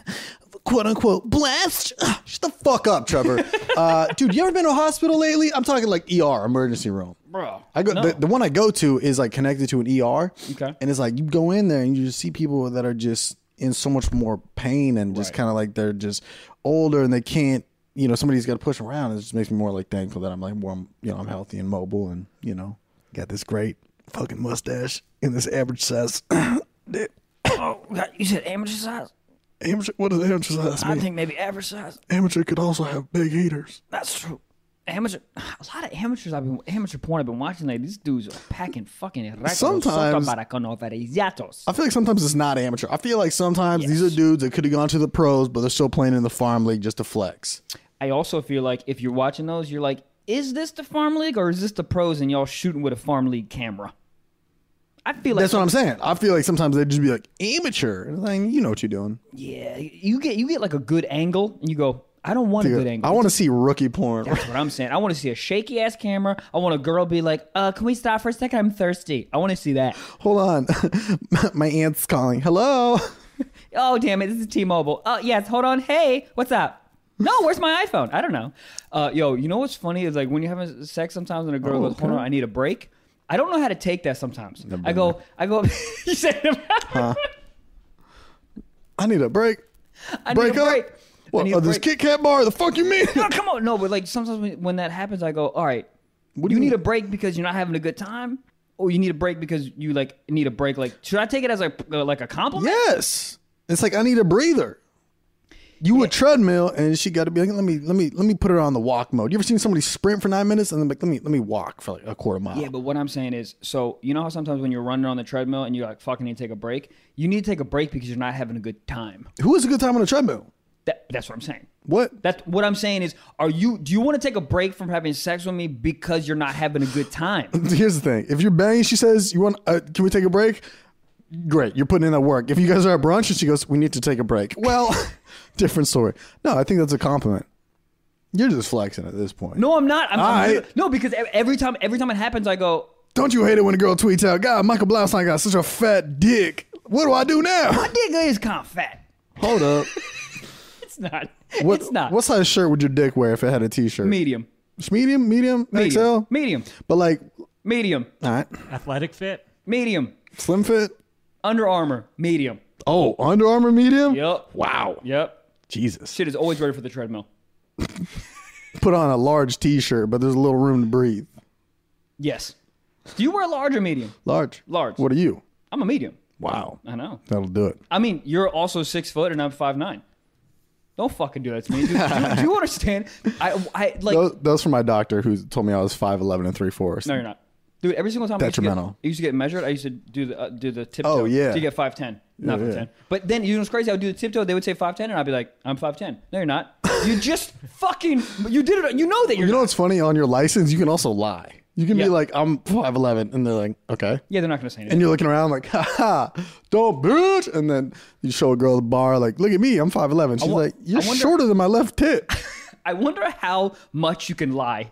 quote unquote, blessed. Ugh, Shut the fuck up, Trevor. uh, dude, you ever been to a hospital lately? I'm talking like ER, emergency room. Bro, I go, no. the, the one I go to is like connected to an ER. Okay. And it's like you go in there and you just see people that are just in so much more pain and just kind of like they're just older and they can't, you know, somebody's got to push them around. It just makes me more like thankful that I'm like, well, I'm, you know, I'm healthy and mobile and, you know, got this great fucking mustache and this average size. Dude, Oh, God, you said amateur size. amateur, what does amateur size I mean? think maybe average size. amateur could also have big eaters. That's true. Amateur, a lot of amateurs I've been amateur porn I've been watching. Like these dudes are packing fucking erratos. Sometimes- para con ovarillatos. I feel like sometimes it's not amateur. I feel like sometimes these are dudes that could have gone to the pros, but they're still playing in the farm league just to flex. I also feel like if you're watching those, you're like, is this the farm league or is this the pros and y'all shooting with a farm league camera? I feel like That's what I'm saying. I feel like sometimes they'd just be like amateur. And it's like, you know what you're doing. yeah, you get you get like a good angle and you go, I don't want a good angle. I want to see rookie porn. That's what I'm saying. I want to see a shaky ass camera. I want a girl be like, uh, can we stop for a second? I'm thirsty. I want to see that. Hold on, my aunt's calling. Hello. Oh damn it! This is T-Mobile. Oh yes, hold on. Hey, what's up? No, where's my iPhone? I don't know. Uh, yo, you know what's funny is like when you're having sex sometimes and a girl Oh, goes, "Hold okay. on, I need a break." I don't know how to take that sometimes. I go, I go. you said, I need a break. "I break need a up. break." I What? need Oh, a this break. Kit Kat bar? The fuck you mean? No, come on, no. But like sometimes when, when that happens, I go, "All right, What do you you need a mean? break because you're not having a good time, or you need a break because you like need a break." Like, should I take it as a like a compliment? yes. It's like I need a breather. You a treadmill, and she got to be like, let me, let me, let me put her on the walk mode. You ever seen somebody sprint for nine minutes and then like, let me, let me walk for like a quarter mile? Yeah, but what I'm saying is, so you know how sometimes when you're running on the treadmill and you're like fucking need to take a break, you need to take a break because you're not having a good time. Who has a good time on a treadmill? That, that's what I'm saying. What? That's what I'm saying is, are you? Do you want to take a break from having sex with me because you're not having a good time? Here's the thing: if you're banging, she says, "You want? Uh, can we take a break?" Great, you're putting in that work. If you guys are at brunch and she goes, "We need to take a break," well, different story. No, I think that's a compliment. You're just flexing at this point. No, I'm not. I'm, All I'm- right. No, because ev- every time, every time it happens, I go, Don't you hate it when a girl tweets out, "God, Michael Blaustein got such a fat dick. What do I do now?" my dick is kind of fat. Hold up. It's not. What, it's not. What size shirt would your dick wear if it had a t-shirt? medium? It's medium, medium, Medium. XL. Medium. But like, Medium. all right, Athletic fit. Medium. slim fit. Under Armour. Medium. Oh, Under Armour medium. Yep. Wow. Yep. Jesus. Shit is always ready for the treadmill. Put on a large t-shirt, but there's a little room to breathe. Yes. Do you wear large or medium? Large. Large. Uh, What are you? I'm a medium. Wow. I know. That'll do it. I mean, you're also six foot and I'm five nine. Don't fucking do that to me. Dude. Do, you- do you understand? I, I like. Those, those from my doctor who told me I was 5'11 and 3 fourths. No, you're not, dude. Every single time Detrimental. I used to get, I used to get measured, I used to do the uh, do the tiptoe. Oh, yeah. to get five ten, not Yeah, five yeah. ten. But then you know what's crazy? I would do the tiptoe. They would say five ten, and I'd be like, I'm five ten. No, you're not. You just fucking. You did it. You know Oh, that you're. You know not. what's funny? On your license, you can also lie. You can Yeah. be like, I'm 5'11, and they're like, okay. Yeah, they're not gonna say anything. And you're looking around like, haha, don't bitch. And then you show a girl at the bar, like, look at me, I'm 5'11. She's wa- like, you're I wonder- shorter than my left tit. I wonder how much you can lie.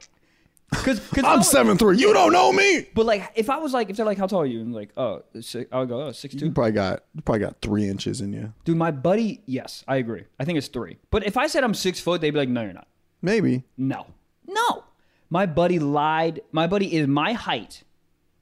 Because I'm 7'3. You don't know me. But like, if I was like, if they're like, "How tall are you?" and like, "Oh, six, I would go, "Oh, six You two. probably got, you probably got three inches in you. Dude, my buddy, yes, I agree. I think it's three. But if I said I'm six foot, they'd be like, "No, you're not. Maybe. No, no." My buddy lied. My buddy is my height,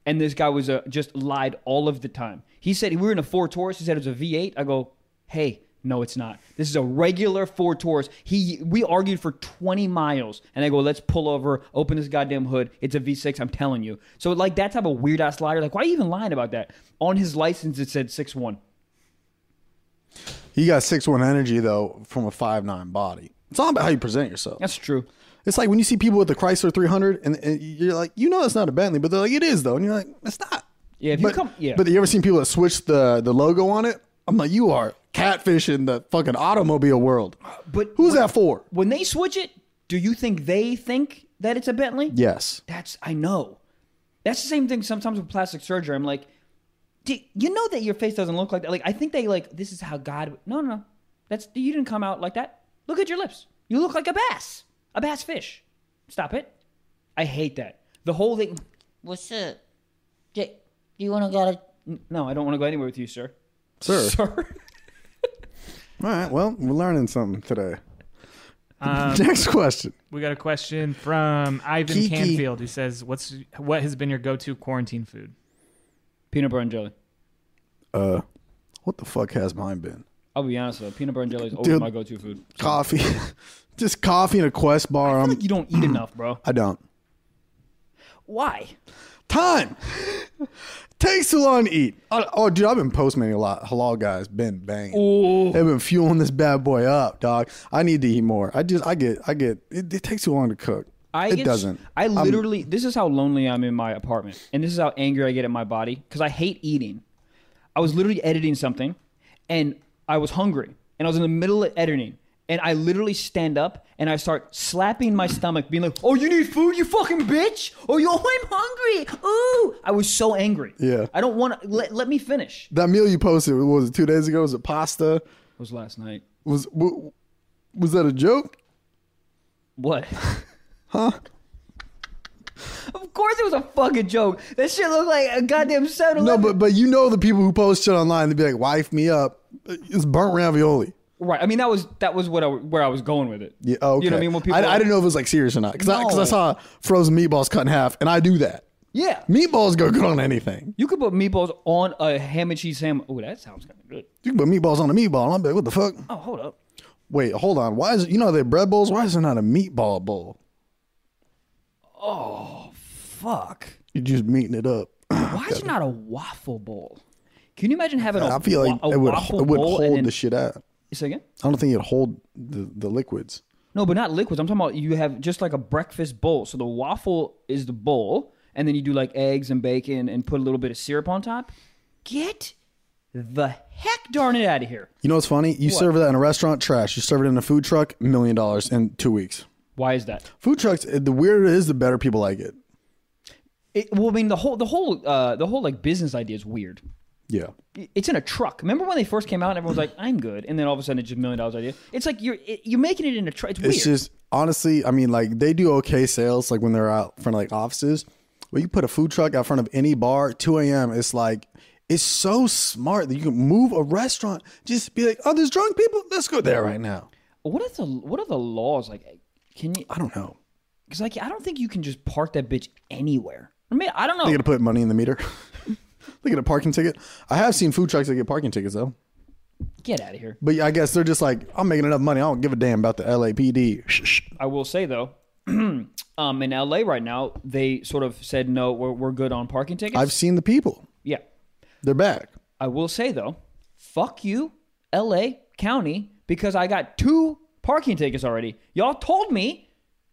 and this guy was a, just lied all of the time. He said we were in a Ford Taurus. He said it was a V8. I go, "Hey." No, it's not. This is a regular Ford Taurus. He we argued for 20 miles, and I go, "Let's pull over, open this goddamn hood. It's a V6. I'm telling you." So like that type of weird ass liar. Like, why are you even lying about that? On his license, it said six one. You got 6'1 energy, though, from a 5'9 body. It's all about how you present yourself. That's true. It's like when you see people with the Chrysler 300 and, and you're like, you know, that's not a Bentley, but they're like, it is though, and you're like, it's not. Yeah, if you but, come- yeah. But you ever seen people that switch the the logo on it? I'm like, you are catfishing the fucking automobile world. But Who's when, that for? When they switch it, do you think they think that it's a Bentley? Yes. That's I know. That's the same thing sometimes with plastic surgery. I'm like, do you know that your face doesn't look like that? Like I think they like this is how God. No, no, no. That's you didn't come out like that. Look at your lips. You look like a bass, a bass fish. Stop it. I hate that. the whole thing. What's up? Jake, do you want to go to. No, I don't want to go anywhere with you, sir. Sure. Sir. All right. Well, we're learning something today. Um, Next question. we got a question from Ivan Kiki. Canfield who says, "What's what has been your go-to quarantine food?" Peanut butter and jelly. Uh, what the fuck has mine been? I'll be honest though, peanut butter and jelly is always Dude. my go-to food. Coffee. Just coffee and a Quest bar. I I'm, feel like you don't eat enough, bro. I don't. Why? Time. Takes too long to eat. Oh, oh, dude, I've been postmating a lot. Halal guys been banging. They've been fueling this bad boy up, dog. I need to eat more. I just, I get, I get. It, it takes too long to cook. I it get- doesn't. Um, I I'm- literally. This is how lonely I'm in my apartment, and this is how angry I get at my body because I hate eating. I was literally editing something, and I was hungry, and I was in the middle of editing, and I literally stand up and I start slapping my stomach, being like, "Oh, you need food, you fucking bitch! Oh, yo, I'm hungry! Ooh!" I was so angry. Yeah. I don't want to. Let, let me finish. that meal you posted what was it two days ago? Was it pasta? It was last night. Was wa- was that a joke? What? Huh? Of course it was a fucking joke. That shit looked like a goddamn 7 No, but but you know the people who post shit online, they'd be like, "Wife me up." It's burnt ravioli. Right. I mean, that was that was what I, where I was going with it. Yeah, oh, okay. You know what I mean? When people, I, didn't know if it was like serious or not because I, 'cause I No. saw frozen meatballs cut in half, and I do that. Yeah. Meatballs go good on anything. You could put meatballs on a ham and cheese ham. Oh, that sounds kind of good. You can put meatballs on a meatball, and I'm like, what the fuck? Oh, hold up. Wait, hold on. Why is it, you know they bread bowls? Why is there not a meatball bowl? Oh, Fuck. You're just meating it up. Why is there not a waffle bowl? Can you imagine having a I feel like wa- a it would waffle it would bowl and hold then- the shit out. Say again? I don't think it'd hold the, the liquids. No, but not liquids. I'm talking about you have just like a breakfast bowl. So the waffle is the bowl, and then you do like eggs and bacon and put a little bit of syrup on top. Get the heck darn it out of here. You know what's funny? You serve that in a restaurant, trash. You serve it in a food truck, million dollars in two weeks. Why is that? Food trucks, eh, the weirder it is, the better people like it. It, well, I mean the whole the whole uh, the whole like business idea is weird. Yeah. It's in a truck. Remember when they first came out and everyone was like, "I'm good," and then all of a sudden it's just a million dollars idea. It's like you're it, you're making it in a truck. It's weird. It's just honestly, I mean, like they do okay sales, like when they're out front of like offices. But you put a food truck out front of any bar, two a.m. It's like it's so smart that you can move a restaurant. Just be like, oh, there's drunk people. Let's go there right now. what are the what are the laws like? Can you? I don't know. Because like I don't think you can just park that bitch anywhere. I mean I don't know. They gotta put money in the meter. they get a parking ticket. I have seen food trucks that get parking tickets though. Get out of here. But I guess they're just like, I'm making enough money. I don't give a damn about the LAPD. I will say though, um, in LA right now, they sort of said no, we're, we're good on parking tickets. I've seen the people. yeah, They're back. I will say though, fuck you, LA County, because I got two parking tickets already. Y'all told me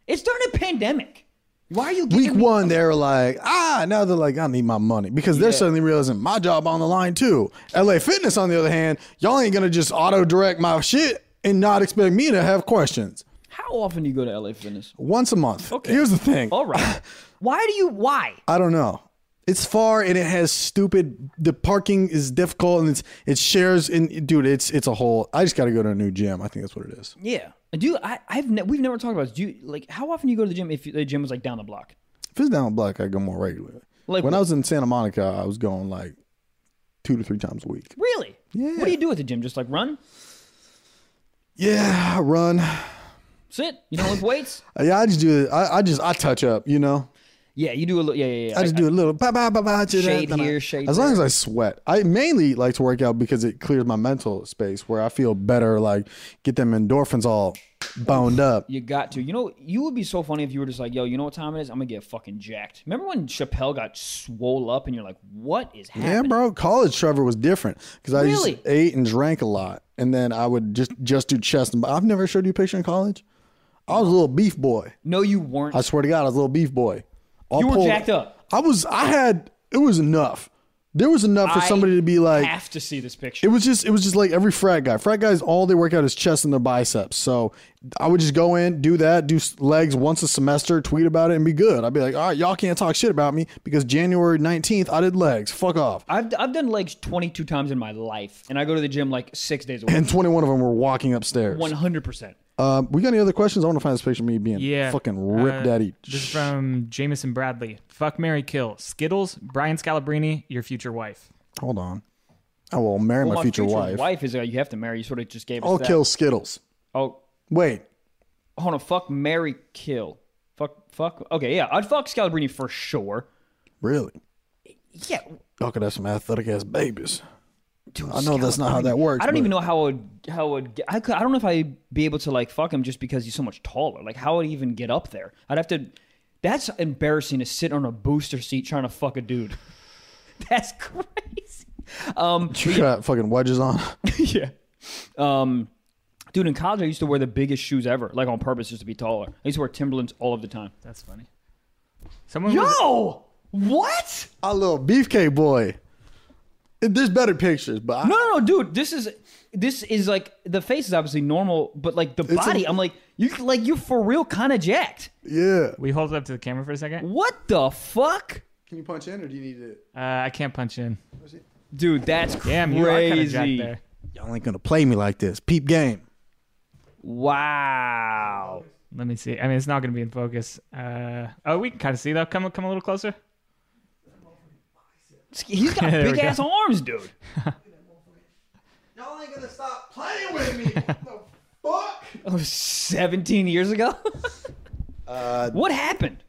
it's during a pandemic. Why are you Week giving me- one, they were like, ah, now they're like, I need my money because they're suddenly realizing my job on the line too. LA Fitness, on the other hand, y'all ain't gonna just auto direct my shit and not expect me to have questions How often do you go to LA Fitness? once a month. Here's the thing. All right, why do you? Why? I don't know. It's far and it has stupid. The parking is difficult and it's it shares and dude, it's it's a whole. I just got to go to a new gym. I think that's what it is. Yeah, do you- I? I've ne- we've never talked about this. Do you like how often do you go to the gym if the gym was like down the block? If it's down black, I go more regularly. Like Like when I was in Santa Monica, I was going like two to three times a week. Really? Yeah. What do you do at the gym? Just like run, Yeah, I run. sit, you know, lift weights. Yeah, I just do. I, I just I touch up. You know, Yeah, you do a little. Yeah, yeah, yeah. I just do a little. Bah, bah, bah, bah, da, da, Shade da, da. here, shade As long there. as I sweat, I mainly like to work out because it clears my mental space where I feel better. Like get them endorphins all boned up. You got to. You know, you would be so funny if you were just like, yo, you know what time it is? I'm gonna get fucking jacked. Remember when Chappelle got swole up and you're like, what is happening? Yeah, bro. College Trevor was different because I Really? just ate and drank a lot, and then I would just just do chest. And I've never showed you a picture in college. I was a little beef boy. No, you weren't. I swear to God, I was a little beef boy. All You were pulled- jacked up. I was. I had. It was enough. There was enough for I somebody to be like. have to see this picture. It was just. It was just like every frat guy. Frat guys, all they work out is chest and their biceps. So I would just go in, do that, do s- legs once a semester, tweet about it, and be good. I'd be like, all right, y'all can't talk shit about me because January nineteenth I did legs. Fuck off. I've, I've done legs 22 times in my life, and I go to the gym like six days a week. and 21 of them were walking upstairs. 100%. Um, we got any other questions? I want to find this picture of me being Yeah. fucking rip Uh, daddy. This is from Jameson Bradley. Fuck Mary Kill. Skittles, Brian Scalabrini, your future wife. Hold on. I will marry Well, my, future, wife. is uh, you have to marry. You sort of just gave us I'll that. kill Skittles. Oh, Wait. hold on. Fuck, Mary, kill. Fuck, fuck. Okay, yeah, I'd fuck Scalabrini for sure. Really? Yeah, Y'all could have some athletic ass babies. I know that's not how that works. I don't but- even know how I would how I would get- I could, I don't know if I'd be able to like fuck him just because he's so much taller. Like how would he even get up there? I'd have to. That's embarrassing to sit on a booster seat trying to fuck a dude. That's crazy. Um, You got fucking wedges on. yeah. Um, dude, in college I used to wear the biggest shoes ever, like on purpose just to be taller. I used to wear Timberlands all of the time. That's funny. Someone was- Yo, what? Our little beefcake boy. There's better pictures, but I, No, no, no, dude. This is this is like the face is obviously normal, but like the body, i I'm like you like you're for real kind of jacked. yeah. we hold it up to the camera for a second. What the fuck? Can you punch in or do you need it? Uh, I can't punch in. Dude, that's Damn, you are kind of crazy. jacked there. Y'all ain't gonna play me like this. Peep game. Wow. Let me see. I mean, it's not going to be in focus. Uh, oh, we can kind of see though. Come, come a little closer. He's got There we big ass arms, dude. Y'all ain't gonna stop playing with me. the fuck? 17 Oh, years ago? what happened?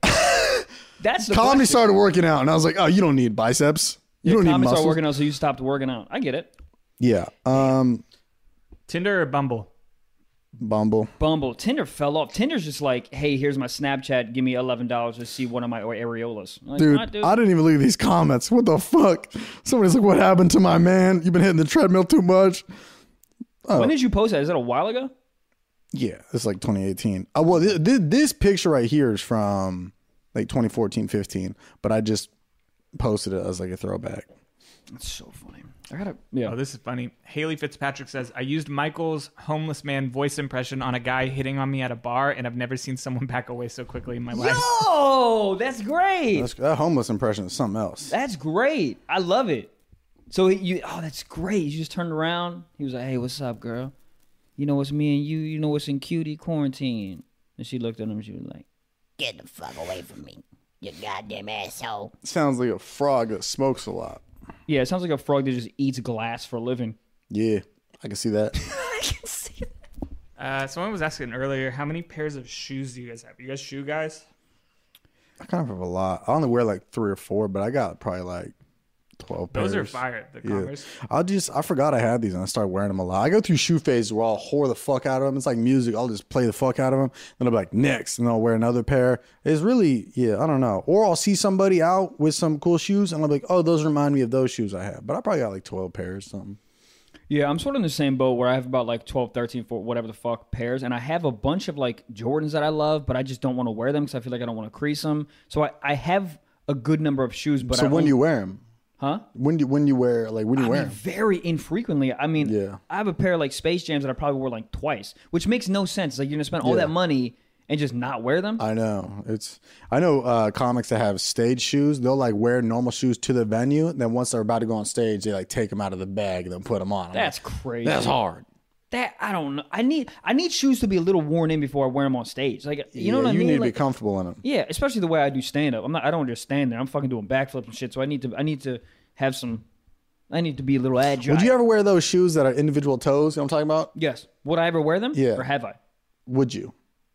That's the Comedy question. Uh, started working out, and I was like, "Oh, you don't need biceps. You don't need Comedy muscles." started working out, so you stopped working out. I get it. Yeah. Um, Tinder or Bumble? Bumble. Bumble, Tinder fell off. Tinder's just like, hey, here's my Snapchat. Give me eleven dollars to see one of my areolas. I'm like, Dude, "Nah, I didn't even look at these comments. What the fuck? Somebody's like, "What happened to my man? You've been hitting the treadmill too much." when did you post that? Is that a while ago? Yeah, it's like 2018. Uh, well, th- th- this picture right here is from like 2014, 15, but I just posted it as like a throwback. That's so funny. I gotta, yeah. Oh, this is funny. Haley Fitzpatrick says, I used Michael's homeless man voice impression on a guy hitting on me at a bar, and I've never seen someone back away so quickly in my life. Yo, Oh, that's great. That's, that homeless impression is something else. That's great. I love it. So he- you, oh, that's great. You just turned around. He was like, "Hey, what's up, girl? You know it's me and you. You know it's in cutie quarantine." And she looked at him. She was like, Get the fuck away from me, you goddamn asshole. Sounds like a frog that smokes a lot. "Yeah, it sounds like a frog that just eats glass for a living." Yeah, I can see that. Uh, someone was asking earlier, how many pairs of shoes do you guys have? You guys shoe guys? I kind of have a lot. I only wear like three or four, but I got probably like 12 Those are pairs. fire. The Yeah. Converse. I just I forgot I had these and I started wearing them a lot. I go through shoe phases where I'll whore the fuck out of them. It's like music. I'll just play the fuck out of them. Then I'll be like next, and I'll wear another pair. It's really yeah. I don't know. Or I'll see somebody out with some cool shoes, and I'll be like, oh, those remind me of those shoes I had. But I probably got like twelve pairs something. Yeah, I'm sort of in the same boat where I have about like 12, 13, 4, whatever the fuck pairs. And I have a bunch of like Jordans that I love, but I just don't want to wear them because I feel like I don't want to crease them. So I, I have a good number of shoes, but So I when only- do you wear them? Huh? When do when do you wear like when do you wear I mean, 'em? very infrequently. I mean, Yeah. I have a pair of like Space Jams that I probably wore like twice, which makes no sense. Like you're gonna spend all Yeah. that money and just not wear them. I know it's. I know uh, comics that have stage shoes. They'll like wear normal shoes to the venue. and Then once they're about to go on stage, they like take them out of the bag and then put them on. I'm That's like, crazy. that's hard. That I don't know. I need I need shoes to be a little worn in before I wear them on stage. Like you know Yeah, what I you mean? need to Like- be comfortable in them. yeah, especially the way I do stand up. I'm not. I don't just stand there. I'm fucking doing backflips and shit. So I need to. I need to have some. I need to be a little agile. Would you ever wear those shoes that are individual toes? You know what I'm talking about? yes. Would I ever wear them? Yeah. Or have I? Would you?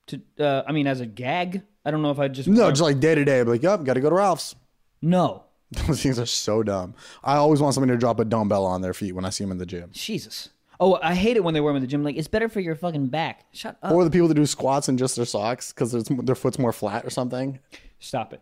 To uh, I mean, as a gag. I don't know if I just No, just like day to day. I'd be Like, yup, got to go to Ralph's. no. Those things are so dumb. I always want somebody to drop a dumbbell on their feet when I see them in the gym. Jesus. Oh, I hate it when they wear them in the gym. Like it's better for your fucking back. Shut up. Or the people that do squats in just their socks because their foot's more flat or something. Stop it.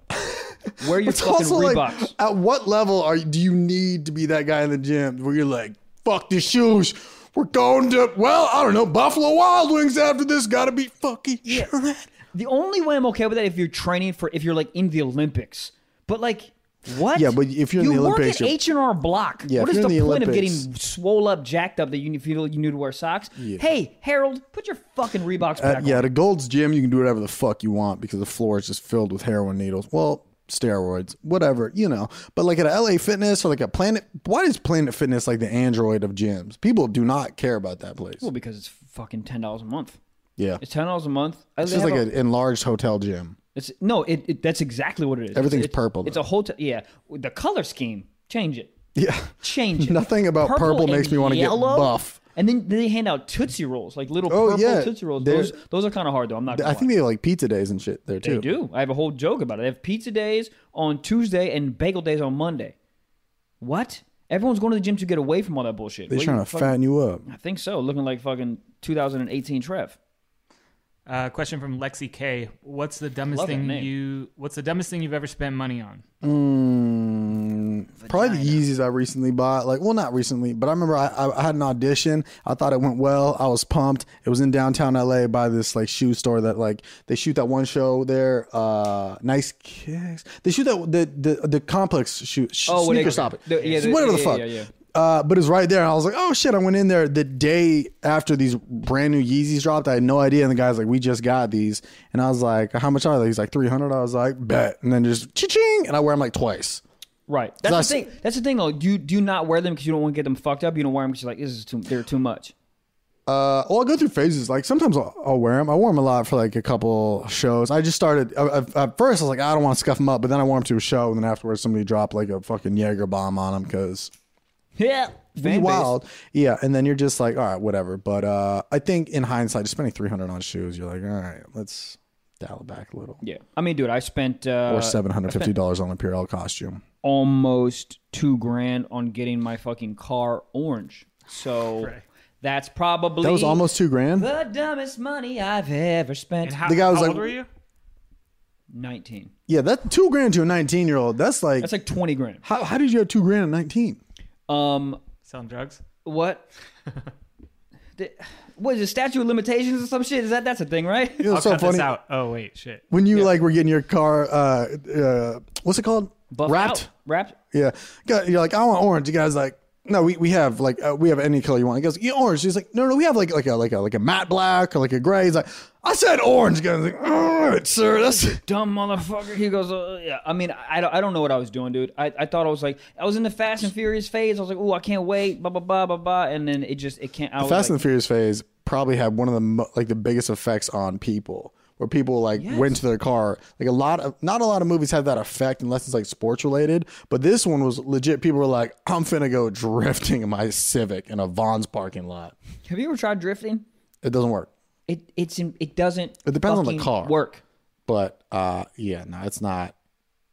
Wear your It's fucking also like, Reeboks. at what level are do you need to be that guy in the gym where you're like, fuck the shoes. We're going to, well, I don't know, Buffalo Wild Wings after this. Got to be fucking shredded. the only way I'm okay with that if you're training for if you're like in the Olympics. But like what? Yeah, but if you're in you the work Olympics, at you're- H and R Block. Yeah, what if is you're the, in the point of Olympics- getting swole up, jacked up that you feel you need to wear socks? Hey, Harold, put your fucking Reeboks back At- Uh, yeah, on. at a Gold's Gym, you can do whatever the fuck you want because the floor is just filled with heroin needles. Well, steroids, whatever, you know. But like at a LA Fitness or like a Planet, why is Planet Fitness like the android of gyms? People do not care about that place. Well, because it's fucking ten dollars a month. Yeah. It's ten dollars a month. It's just like an enlarged hotel gym. It's no, it, it that's exactly what it is. Everything's It's- purple, It's a hotel. Yeah, the color scheme. Change it. Yeah. Change it. Nothing about purple makes and me wanna get yellow. buff. And then they hand out tootsie rolls, like little Oh, purple yeah. tootsie rolls. They're- Those, those are kind of hard though. I'm not. Gonna I think they have like pizza days and shit there they, too. do. I have a whole joke about it. They have pizza days on Tuesday and bagel days on Monday. What? Everyone's going to the gym to get away from all that bullshit. They're What are trying you to fucking- fatten you up. I think so. Looking like fucking 2018 Trev. Uh, question from Lexi K. What's the dumbest Love that thing name. you What's the dumbest thing you've ever spent money on? Mm, probably the Yeezys I recently bought. Like, well, not recently, but I remember I, I, I had an audition. I thought it went well. I was pumped. It was in downtown LA by this like shoe store that like they shoot that one show there. Uh, nice kicks. They shoot that the the, the complex shoot sh- Oh, what sneaker they- stop it. the- yeah, the- whatever the yeah, fuck. yeah, yeah. Uh, but it's right there, and I was like, "Oh shit!" I went in there the day after these brand new Yeezys dropped. I had no idea, and the guy's like, "We just got these," and I was like, "How much are they?" He's like, 300 I was like, "Bet," and then just ching, and I wear them like twice. Right. That's That's- the thing. That's the thing though. You do not wear them because you don't want to get them fucked up. You don't wear them because you're like, this is too. They're too much. Uh, well, I go through phases. Like sometimes I'll, I'll wear them. I wore them a lot for like a couple shows. I just started I, I, at first. I was like, I don't want to scuff them up, but then I wore them to a show, and then afterwards somebody dropped like a fucking Jaeger bomb on them because Yeah. be Fan base. wild. Yeah, and then you're just like, all right, whatever. But uh, I think in hindsight, just spending three hundred on shoes, you're like, all right, let's dial it back a little. Yeah. I mean, dude, I spent uh, Or seven hundred fifty dollars on a Purell costume. almost two grand on getting my fucking car orange. So that's probably That was almost two grand. the dumbest money I've ever spent. And how, The guy was how like- old were you? Nineteen. Yeah, that two grand to a nineteen year old. That's like, That's like twenty grand. how, how did you have two grand at nineteen? Um, Selling drugs? what? The- what is it? Statute of limitations or some shit? Is that that's a thing, right? You know, I'll it's so cut funny. this out. Oh wait, shit. when you like were getting your car uh uh what's it called Buff wrapped out. wrapped. yeah Got- you're like i want orange you guys like no we, we have like uh, we have any color you want he goes yeah, orange he's like no no we have like like a like a like a matte black or like a gray he's like i said orange guys like all right sir that's dumb motherfucker. He goes, uh, yeah. I mean, I don't, I don't know what I was doing, dude. I, I thought I was like, I was in the Fast and Furious phase. I was like, oh, I can't wait, blah blah blah blah blah. And then it just, it can't. I was fast like, and the furious phase probably had one of the mo- like the biggest effects on people where people like went to their car like a lot of not a lot of movies have that effect unless it's like sports related but this one was legit people were like i'm finna go drifting in my civic in a vaughn's parking lot Have you ever tried drifting? It doesn't work. It it's in, it doesn't. It depends on the fucking car. Work. But uh, yeah, no, it's not.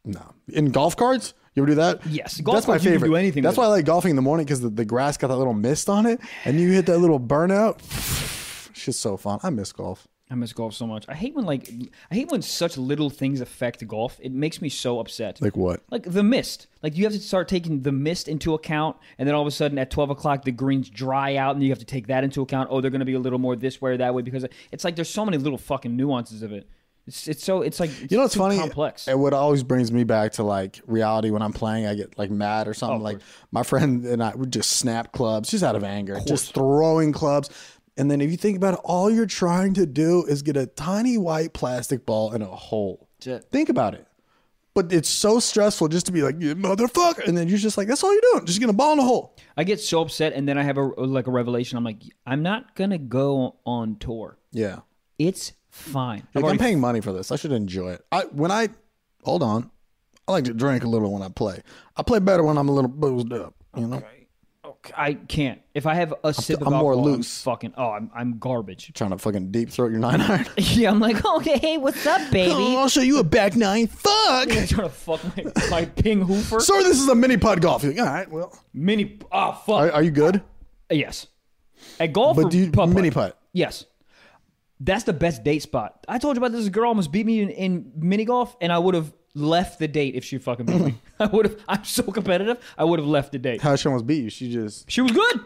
No, in golf carts, you ever do that? Yes, golf that's my carts, you can favorite. do anything That's with why I like golfing in the morning because the, the grass got that little mist on it, and you hit that little burnout. Shit's so fun. I miss golf. I miss golf so much. I hate when like I hate when such little things affect golf. It makes me so upset. Like what? Like the mist. Like you have to start taking the mist into account, and then all of a sudden at twelve o'clock the greens dry out, and you have to take that into account. Oh, they're going to be a little more this way or that way because it's like there's so many little fucking nuances of it. It's it's so it's like You know what's too funny? complex. And what always brings me back to like reality when I'm playing, I get like mad or something. like my friend and I would just snap clubs just out of anger, just throwing clubs. And then if you think about it, all you're trying to do is get a tiny white plastic ball in a hole. Think about it. But it's so stressful just to be like, you motherfucker. And then you're just like, that's all you're doing. Just getting a ball in a hole. I get so upset, and then I have a like a revelation. I'm like, I'm not gonna go on tour. Yeah. It's fine. I've Like, I'm already paying money for this. I should enjoy it. I when I hold on, I like to drink a little when I play. I play better when I'm a little boozed up. You know, I can't. If I have a sip of I'm more alcohol, I'm loose. fucking. Oh, I'm I'm garbage. trying to fucking deep throat your nine iron. yeah, I'm like, okay, hey, what's up, Oh, baby? I'll show you a back nine. Fuck. Trying to fuck my, my ping hooper. Sorry, this is a mini putt golf. You're like, all right, well, mini. Oh fuck. are, are you good? yes. At golf, or But do you putt-putt? mini putt? Yes. That's the best date spot. I told you about this girl almost beat me in, in mini golf, and I would have left the date if she fucking beat me. I would have. I'm so competitive. I would have left the date. How she almost beat you? She just She was good.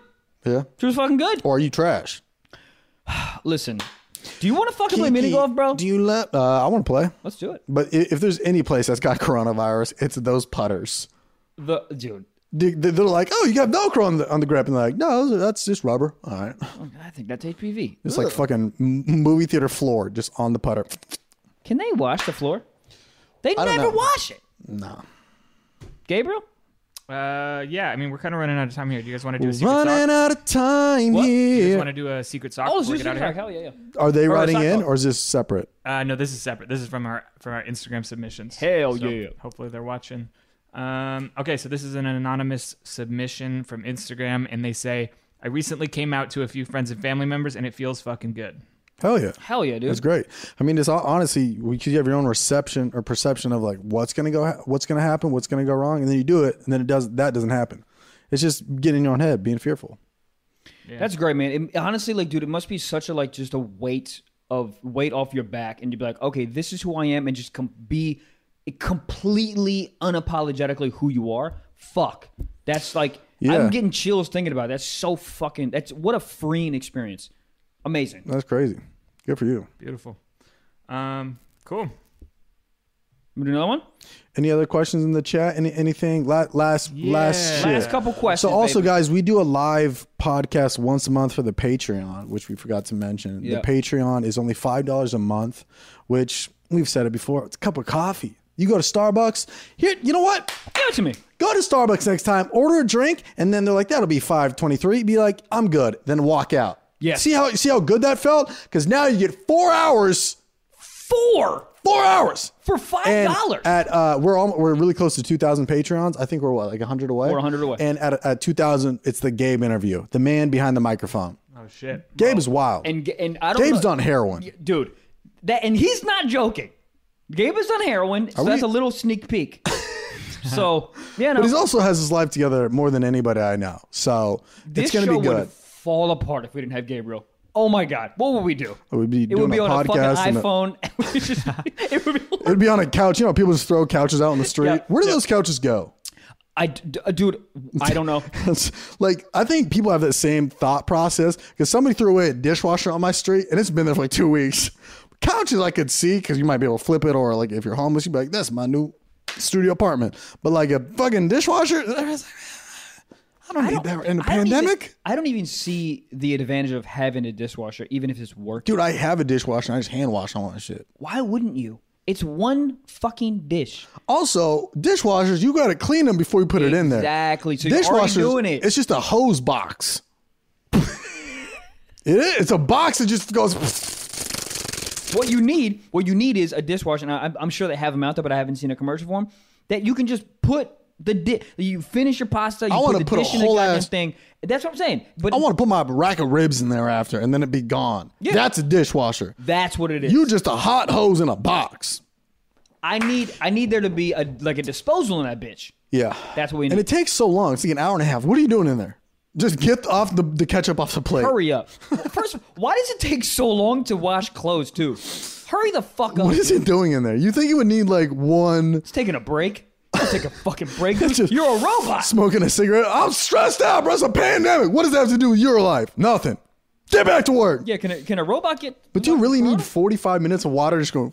yeah. She was fucking good. Or are you trash? Listen, do you want to fucking play mini Kiki, golf, bro? Do you let? Uh, I want to play. Let's do it. But i- if there's any place that's got coronavirus, it's those putters. The dude. They- they- They're like, oh, you got Velcro on the on the grip, and they're like, no, that's just rubber. All right, I think that's HPV. it's like fucking m- movie theater floor, just on the putter. Can they wash the floor? They don't never know. wash it. No, Gabriel? Uh, yeah. I mean, we're kind of running out of time here. Do you guys want to do a secret Running sock? out of time What? Do you guys want here. to do a secret sock? Oh, before we Zeus get out of here? Hell yeah, yeah. Are they a writing sock in, puppet. or is this separate? Uh, no, this is separate. This is from our from our Instagram submissions. Hell So yeah. Hopefully they're watching. Um, okay, so this is an anonymous submission from Instagram, and they say, "I recently came out to a few friends and family members, and it feels fucking good." Hell yeah. Hell yeah, dude. It's great. I mean, it's all, honestly, we- 'cause you have your own reception or perception of like what's gonna go, ha- what's gonna happen, what's gonna go wrong, and then you do it, and then it does that doesn't happen. It's just getting in your own head, being fearful. That's great, man. It, honestly, like, dude, it must be such a like just a weight of weight off your back, and you'd be like, okay, this is who I am, and just com- be completely unapologetically who you are. Fuck, that's like Yeah. I'm getting chills thinking about. It. That's so fucking. That's what a freeing experience. Amazing. That's crazy. Good for you. Beautiful. Um, cool. Wanna do another one. Any other questions in the chat? Any anything? La- last last Yeah. shit. Last couple questions. So also, baby. guys, we do a live podcast once a month for the Patreon, which we forgot to mention. Yeah. The Patreon is only five dollars a month, which we've said it before. It's a cup of coffee. You go to Starbucks. Here, you know what? give it to me. Go to Starbucks next time. Order a drink, and then they're like, "That'll be five twenty-three. Be like, "I'm good." Then walk out. Yes. See how see how good that felt? Because now you get four hours. Four Four hours. for five And dollars. at uh, we're all, we're really close to two thousand Patreons. I think we're what like hundred away. We're 100 away. And at, at two thousand, it's the Gabe interview, the man behind the microphone. Oh shit. Gabe is wild. And and I don't. Gabe's know- done heroin. dude. That and he's not joking. Gabe is on heroin, so we- that's a little sneak peek. so yeah, no, But he also has his life together more than anybody I know. So this it's going to show be good. would fall apart if we didn't have Gabriel. Oh my God, what would we do? It would Oh, be It doing would be a on a fucking podcast. and a- iPhone. It would just- it would be- it would be on a couch. You know, people just throw couches out on the street. Yeah. Where do those couches go? I, d- dude, I don't know. It's like I think people have that same thought process because somebody threw away a dishwasher on my street and it's been there for like two weeks. Couches I could see because you might be able to flip it or like if you're homeless you'd be like that's my new studio apartment. But like a fucking dishwasher, I was like, I don't need that in a I don't even- pandemic. I don't even see the advantage of having a dishwasher, even if it's working. Dude, I have a dishwasher. and I just hand wash all that shit. Why wouldn't you? It's one fucking dish. Also, dishwashers you got to clean them before you put it in there. Exactly. So you're already doing it. It's just a hose box. it is. It's a box that just goes. What you need, what you need is a dishwasher. And I, I'm- I'm sure they have them out there, but I haven't seen a commercial for them. That you can just put the di- you finish your pasta. You I put wanna the put a dish in the whole goddamn ass- thing. That's what I'm saying. But I want to put my rack of ribs in there after, and then it be gone. That's a dishwasher. that's what it is. You just a hot hose in a box. I need I need there to be a like a disposal in that bitch. Yeah, That's what we And need. it takes so long. It's like an hour and a half. What are you doing in there? Just get off the, the ketchup off the plate. Hurry up. First, why does it take so long to wash clothes too? Hurry the fuck up. What is it doing in there? You think it would need like one It's taking a break. I'll take a fucking break. Just- You're a robot. smoking a cigarette? I'm stressed out, bro. It's a pandemic. What does that have to do with your life? Nothing. Get back to work. Yeah, can a, can a robot get? But do you really need 45 minutes of water just going?